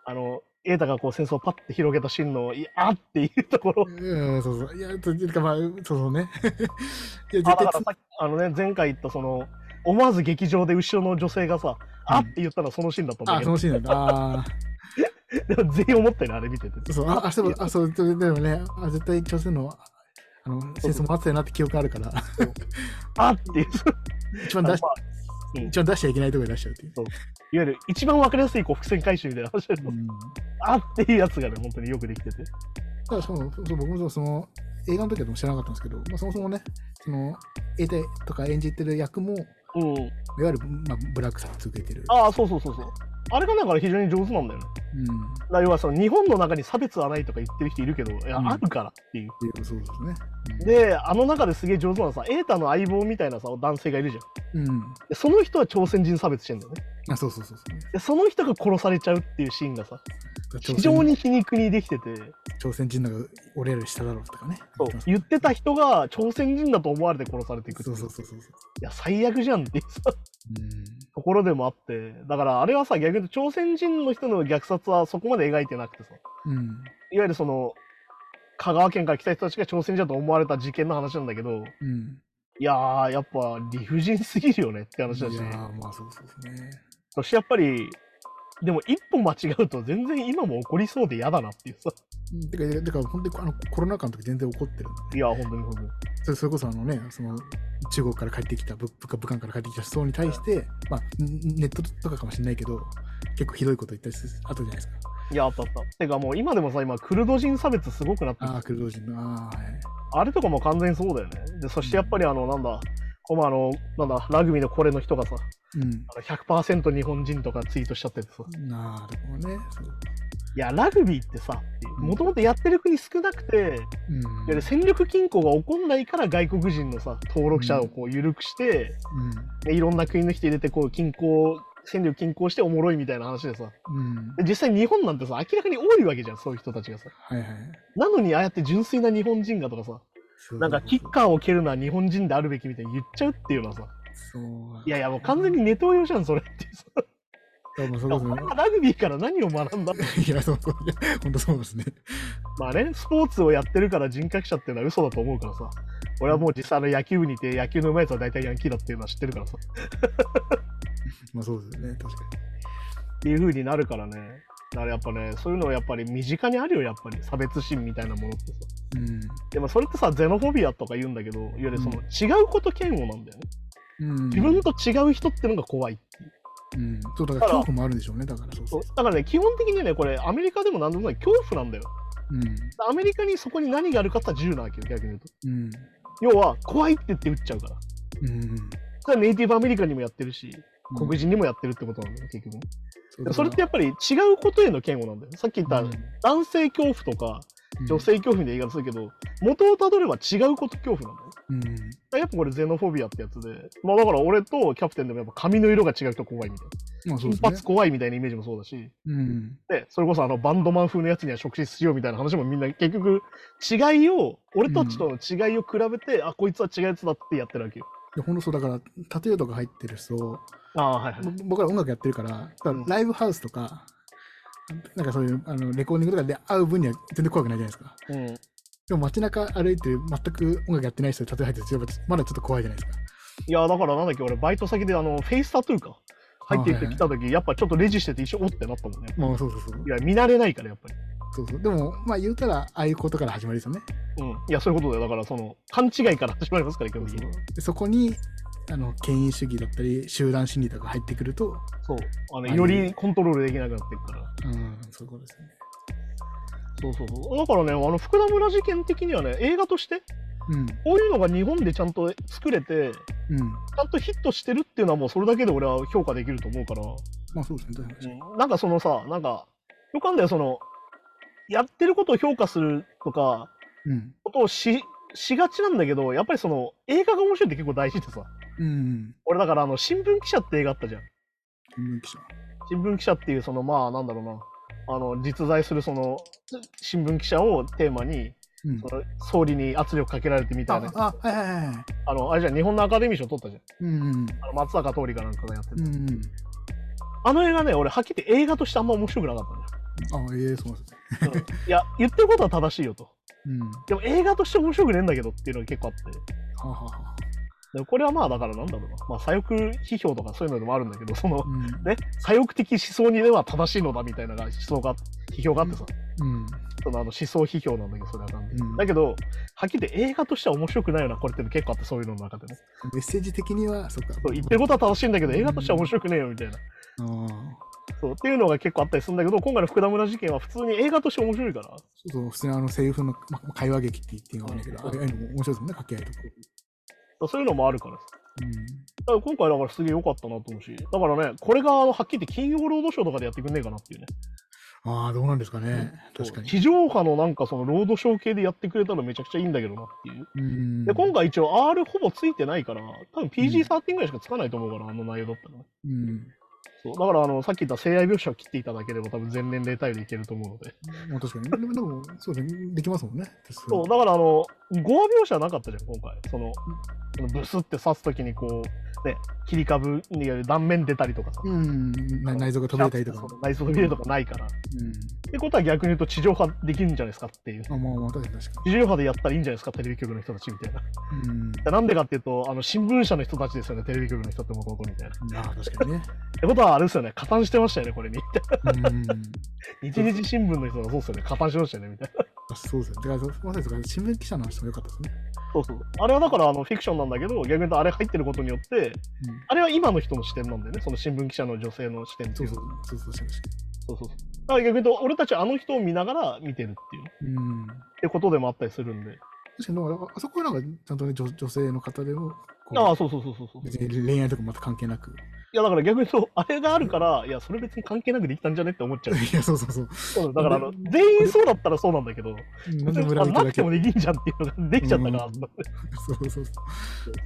S2: あの瑛太がこう戦争をパッて広げたシーンの、いあーっていうところ、
S3: うんうんそうそういやというかまあそうそうね *laughs*
S2: *laughs* あだか
S3: いや絶対
S2: らさっきあのね、前回言ったその、思わず劇場で後ろの女性がさ、あって言ったらそのシーンだったんだ
S3: あ
S2: け
S3: そ
S2: ど、
S3: のシーンなんだあ
S2: でも全員思ったよね、あれ見てて。
S3: ーそうああそうあそうでもでもねあ絶対朝鮮のああの戦争もあったよなって記憶あるから
S2: *laughs* あっていう、
S3: 一番出し
S2: まあうん
S3: 一番出しちゃいけないところに出しちゃうっていう、
S2: いわゆる一番わかりやすいこう伏線回収みたいな話だけど
S3: うん
S2: あっていうやつがね、本当によくできてて。
S3: ただしかもそうそう僕もその映画の時はでも知らなかったんですけど、まあ、そもそもねそのエテとか演じてる役もい
S2: うん。
S3: わゆる、まあ、ブラックさん続けてる、
S2: ああ、そうそうそうそう。あれがだから非常に上手なんだよね。
S3: うん、っ
S2: だから要はその日本の中に差別はないとか言ってる人いるけど、いや、
S3: うん
S2: あるからっていう。
S3: ていうそうですね。
S2: で、あの中ですげえ上手なのさ、瑛太の相棒みたいなさ、男性がいるじゃん。
S3: うん、うん
S2: でその人は朝鮮人差別してんだよね。
S3: あそうそうそうそう
S2: で、その人が殺されちゃうっていうシーンがさ、
S3: 朝鮮
S2: 非常に皮肉にできてて、
S3: 朝鮮人のが俺らより下だろうとかね
S2: そう
S3: 言ってます
S2: 言ってた人が朝鮮人だと思われて殺されていくってい
S3: そううそうそうそうそう、
S2: いや、最悪じゃんっていうさ、
S3: うん、
S2: ところでもあって、だからあれはさ、逆に言うと朝鮮人の人の虐殺はそこまで描いてなくてさ、
S3: うん
S2: いわゆるその、香川県から来た人たちが朝鮮人だと思われた事件の話なんだけど、
S3: うん
S2: いやー、やっぱ理不尽すぎるよねって話
S3: いや
S2: だし、
S3: ーまあそうそうですね
S2: そしてやっぱり、でも一歩間違うと全然今も起こりそうで嫌だなっていうさ、
S3: うんてかだから本当にあのコロナ禍の時全然怒ってるんで
S2: いや、本当に本当に。
S3: それそれこそあのねその中国から帰ってきた武武武漢から帰ってきた思想に対して、まあ、んネットとかかもしれないけど結構ひどいこと言ったりするあとじゃないですか
S2: いや、あったあった。てかもう今でもさ、今、クルド人差別すごくなってる
S3: ああクルド人のああはい
S2: あれとかも完全にそうだよね。で、そしてやっぱりあの、なんだ、このあの、なんだ、ラグビーのこれの人がさ、
S3: うん
S2: あの100%日本人とかツイートしちゃっててさ、
S3: なあでもねそう
S2: いや、ラグビーってさ、もともとやってる国少なくて、
S3: うん
S2: いや戦力均衡が起こんないから外国人のさ、登録者をこう緩くして、でいろんな国の人入れて、こう、均衡、戦力均衡しておもろいみたいな話でさ、
S3: うん、うん、
S2: で実際日本なんてさ、明らかに多いわけじゃん、そういう人たちがさ。
S3: はいはい
S2: なのに、ああやって純粋な日本人がとかさ、
S3: そう
S2: なんかキッカーを蹴るのは日本人であるべきみたいに言っちゃうっていうのはさ、
S3: そう
S2: いやいやもう完
S3: に
S2: 全にネトウヨじゃん、それってさ。
S3: そうまあそ
S2: お
S3: れこそね
S2: 前はラグビーから何を学んだの
S3: いやそうそういや本当そうですね
S2: まあね、スポーツをやってるから人格者っていうのは嘘だと思うからさ。俺はもう実際あの野球部にいて、野球の上手いやつは大体ヤンキーだっていうのは知ってるからさ。っ
S3: まあそうですよね、確かに。
S2: ていう風になるからね。だからやっぱね、そういうのやっぱり身近にあるよ、やっぱり。差別心みたいなものってさ。でもそれってさ、ゼノフォビアとか言うんだけど、いわゆるその違うこと嫌悪なんだよね。
S3: うん。うん、
S2: 自分と違う人ってのが怖いっていう。
S3: うん、そうだか
S2: だからら
S3: 恐怖もあるんでしょうね、だからそう
S2: そ
S3: そうう。
S2: だからね、基本的にね、これアメリカでも何でもない恐怖なんだよ。
S3: うん。
S2: アメリカにそこに何があるかって自由なわけよ、逆に言うと。
S3: うん。
S2: 要は、怖いって言って撃っちゃうから。
S3: うん。
S2: それはネイティブアメリカンにもやってるし、黒
S3: 人、
S2: 人にもやってるってことなんだよ、結局。
S3: そう
S2: で
S3: だ
S2: もそれってやっぱり違うことへの嫌悪なんだよ。さっき言った、男性恐怖とか女、性恐怖で言い方するけど、元をたどれば違うこと恐怖なんだよ。
S3: うんうんうん
S2: やっぱこれゼノフォビアってやつで、まあだから俺とキャプテンでもやっぱ髪の色が違う人怖いみたいな。
S3: まあそ
S2: 金
S3: うですね
S2: 髪。怖いみたいなイメージもそうだし、
S3: うん。
S2: で、それこそあのバンドマン風のやつには触手しようみたいな話もみんな結局違いを、俺たちとの違いを比べて、あ、こいつは違うやつだってやってるわけよ。
S3: でほんとそうだからタトゥーとか入ってる人ぼ
S2: ああ、はいはい。
S3: 僕ら音楽やってるからだからライブハウスとか、なんかそういうあのレコーディングとかで会う分には全然怖くないじゃないですか
S2: うん、
S3: でも街中歩いて全く音楽やってない人でタトゥー入ってる人まだちょっと怖いじゃないですか
S2: いやだからなんだっけ俺バイト先であのフェイスタトゥーか入ってきてきた時、やっぱちょっとレジしてて一緒おってなったもんね
S3: まあそうそうそう
S2: いや見慣れないからやっぱり
S3: そうそうでもまあ言うたらああいうことから始まりですよね
S2: うんいやそういうことだよだからその勘違いから始まりますから基本的に
S3: でそこにあの権威主義だったり集団心理とか入ってくると、
S2: そうあの
S3: はい
S2: よりコントロールできなくなっていくから
S3: うん、そういうことですよね
S2: そうそうそうだからねあの福田村事件的にはね映画としてこういうのが日本でちゃんと作れてち
S3: うんうん
S2: ゃんとヒットしてるっていうのはもうそれだけで俺は評価できると思うから、
S3: まあそうですね確かに
S2: なんかそのさなんかよかんだよそのやってることを評価するとか
S3: うん
S2: ことをししがちなんだけどやっぱりその映画が面白いって結構大事でさ
S3: うん
S2: 俺だからあの新聞記者って映画あったじゃん
S3: 新聞記者
S2: 新聞記者っていうそのまあなんだろうなあの実在するその新聞記者をテーマに
S3: うん
S2: その総理に圧力かけられてみたいな
S3: あ、あはいはいはいはい。
S2: あのあれじゃん日本のアカデミー賞取ったじゃん
S3: うんうん
S2: あの松坂桃李かなんかがやって
S3: う
S2: る、
S3: んうん。
S2: あの映画ね俺はっきり言って映画としてあんま面白くなかっ
S3: あ、ええそうなんですね。 *laughs*
S2: たんだよ、うんいや言ってることは正しいよと
S3: うん。は
S2: でも映画として面白くねえんだけどっていうのが結構あって
S3: あはあはあ。
S2: でもこれはまあだからなんだろうな、まあ、左翼批評とかそういうのでもあるんだけどその
S3: うん。
S2: ね、左翼的思想にでは正しいのだみたいな思想が、批評があってさ、
S3: うん。
S2: そのあの思想批評なんだけど、それはなんで。
S3: うん
S2: だけど、はっきり言って映画としては面白くないよな、これって結構あって、そういうのの中でね。
S3: メッセージ的には、そっか。
S2: そう言ってることは正しいんだけど、映画としては面白くねえよみたいな。
S3: ああ。
S2: そうっていうのが結構あったりするんだけど、今回の福田村事件は普通に映画として面白いから。
S3: そうそう、普通にあの、セリフの、ま、ま会話劇って言っていいのかわかん
S2: う
S3: ないけど、ああ
S2: ん
S3: いうのも面白いですもんね、掛け合いとか。
S2: そういうのもあるからさ。だから今回だからすげえ良かったなと思うし、だからね、これがあのはっきり言って金曜ロードショーとかでやってくんねえかなっていうね。
S3: うん。ああ、どうなんですかね。確かに。
S2: 地上波のなんかそのロードショー系でやってくれたらめちゃくちゃいいんだけどなっていう。
S3: うん。
S2: で今回一応 R ほぼついてないから、多分 PG13 ぐらいしかつかないと思うから、あの内容だったらね。
S3: うん。
S2: そうだからあのさっき言った性愛描写を切っていただければ、多分全年齢対応でいけると思うので。
S3: まあ確かに。でも、でもそうですね。できますもんね。確か
S2: そ
S3: に
S2: うだからあの、ゴア描写はなかったじゃん、今回。その、そのブスって刺すときにこう、ね、切り株による断面出たりとかさ。
S3: うん。な内臓が飛び出たりとか
S2: そ。う内臓が飛び出たりとかないから。っ
S3: う
S2: てことは逆に言うと地上波できるんじゃないですかっていう。
S3: ん。あ、まあまあ、確かに確か
S2: 地上波でやったらいいんじゃないですか、テレビ局の人たちみたいな。
S3: に。うん。
S2: でなんでかっていうと、あの新聞社の人たちですよね、テレビ局の人ってもともとみたいな。っ
S3: ああ、確かにね。
S2: てことはあれですよね、加担してましたよね、これに。 *laughs*
S3: うん。
S2: 一日新聞の人がそうっすよね、加担しましたよね、みたいな。
S3: あそうですね。だから、まさにそれ新聞記者の話も良かったですね。
S2: そうそう。あれはだからあのフィクションなんだけど、逆に言うとあれ入ってることによって、あれは今の人の視点なんだよね、その新聞記者の女性の視点
S3: う
S2: っ
S3: ん、
S2: て
S3: そ
S2: いうう
S3: そ
S2: の
S3: う、そうそう、そうそ
S2: そう
S3: う。
S2: そうそう。だから逆に言うと、俺たちはあの人を見ながら見てるっていう、っ
S3: うん。
S2: てことでもあったりするんで。
S3: 確かに、なんかあそこはなんか、ちゃんとね、女女性の方でも、こう
S2: ああ、そうそうそうそうそう。
S3: 別
S2: い
S3: に恋愛とか全く関係なく。 *laughs*
S2: や、だから逆に言うと、あれがあるから、いや、それ別に関係なくできたんじゃねって思っちゃう。
S3: いや、そうそうそう。
S2: そうだからあの、全員そうだったらそうなんだけど、
S3: なんで村
S2: あ
S3: 人だ
S2: な
S3: け
S2: くてもできんじゃんっていうのができちゃったから、
S3: うん
S2: そう
S3: そうそうそ
S2: い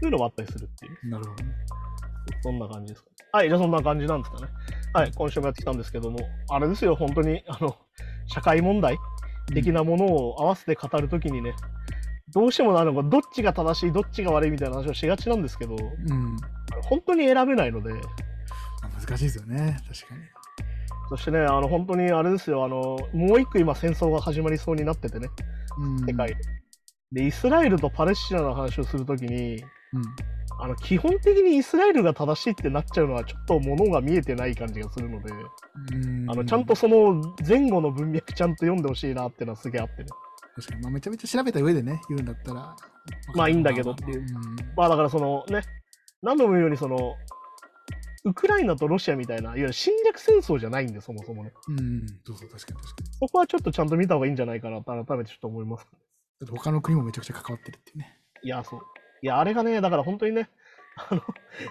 S2: うのもあったりするっていう。
S3: う。なるほどね。
S2: そんな感じですか、ね。はい、じゃあそんな感じなんですかね。はい、今週もやってきたんですけども、あれですよ、本当に、あの、社会問題的なものを合わせて語るときにね、どうしてもあの、どっちが正しい、どっちが悪いみたいな話をしがちなんですけど、
S3: うん。うん。
S2: 本当に選べないので、
S3: 難しいですよね。確かに。
S2: そしてね、あの本当にあれですよ、あのもう一個今、戦争が始まりそうになっててね、
S3: うん
S2: 世界で。で、イスラエルとパレスチナの話をするときに、
S3: うん
S2: あの基本的にイスラエルが正しいってなっちゃうのは、ちょっと物が見えてない感じがするので、
S3: うん
S2: あのちゃんとその前後の文脈、ちゃんと読んでほしいなってのはすげえあってね。
S3: 確かに、まあ、めちゃめちゃ調べた上でね言うんだったら
S2: まあいいんだけどっていうまあだからそのね、何度も言うようにその、ウクライナとロシアみたいな、いわゆる侵略戦争じゃないんで、そもそもね。
S3: うん、うん、そうそう確かに確かに
S2: そこはちょっとちゃんと見た方がいいんじゃないかなと改めてちょっと思います。
S3: だって他の国もめちゃくちゃ関わってるっていうね
S2: いや、そう。いや、あれがね、だから本当にね、あの、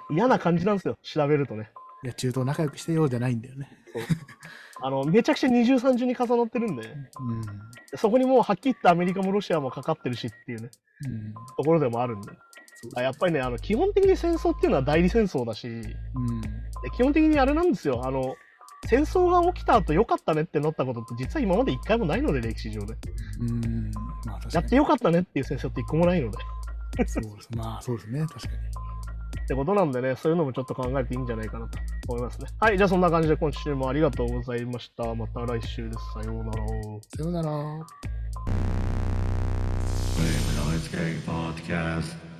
S2: *laughs* 嫌な感じなんですよ、調べるとね。
S3: いや中東仲良くしてようじゃないんだよね
S2: あの、めちゃくちゃ二重三重に重なってるんで、
S3: うん、
S2: そこにもうはっきり言ってアメリカもロシアもかかってるしっていうね、
S3: うん、
S2: ところでもあるんで。
S3: そう
S2: あやっぱりね、あの、基本的に戦争っていうのは代理戦争だし、
S3: うん
S2: で基本的にあれなんですよあの戦争が起きた後良かったねってなったことって実は今まで一回もないので歴史上で
S3: うんまあ確かに
S2: やって良かったねっていう戦争って一個もないので
S3: そうですまあそうですね確かに
S2: ってことなんでねそういうのもちょっと考えていいんじゃないかなと思いますねはいじゃあそんな感じで今週もありがとうございましたまた来週ですさようなら
S3: さようなら
S1: Flame and Ice Gang Podcast.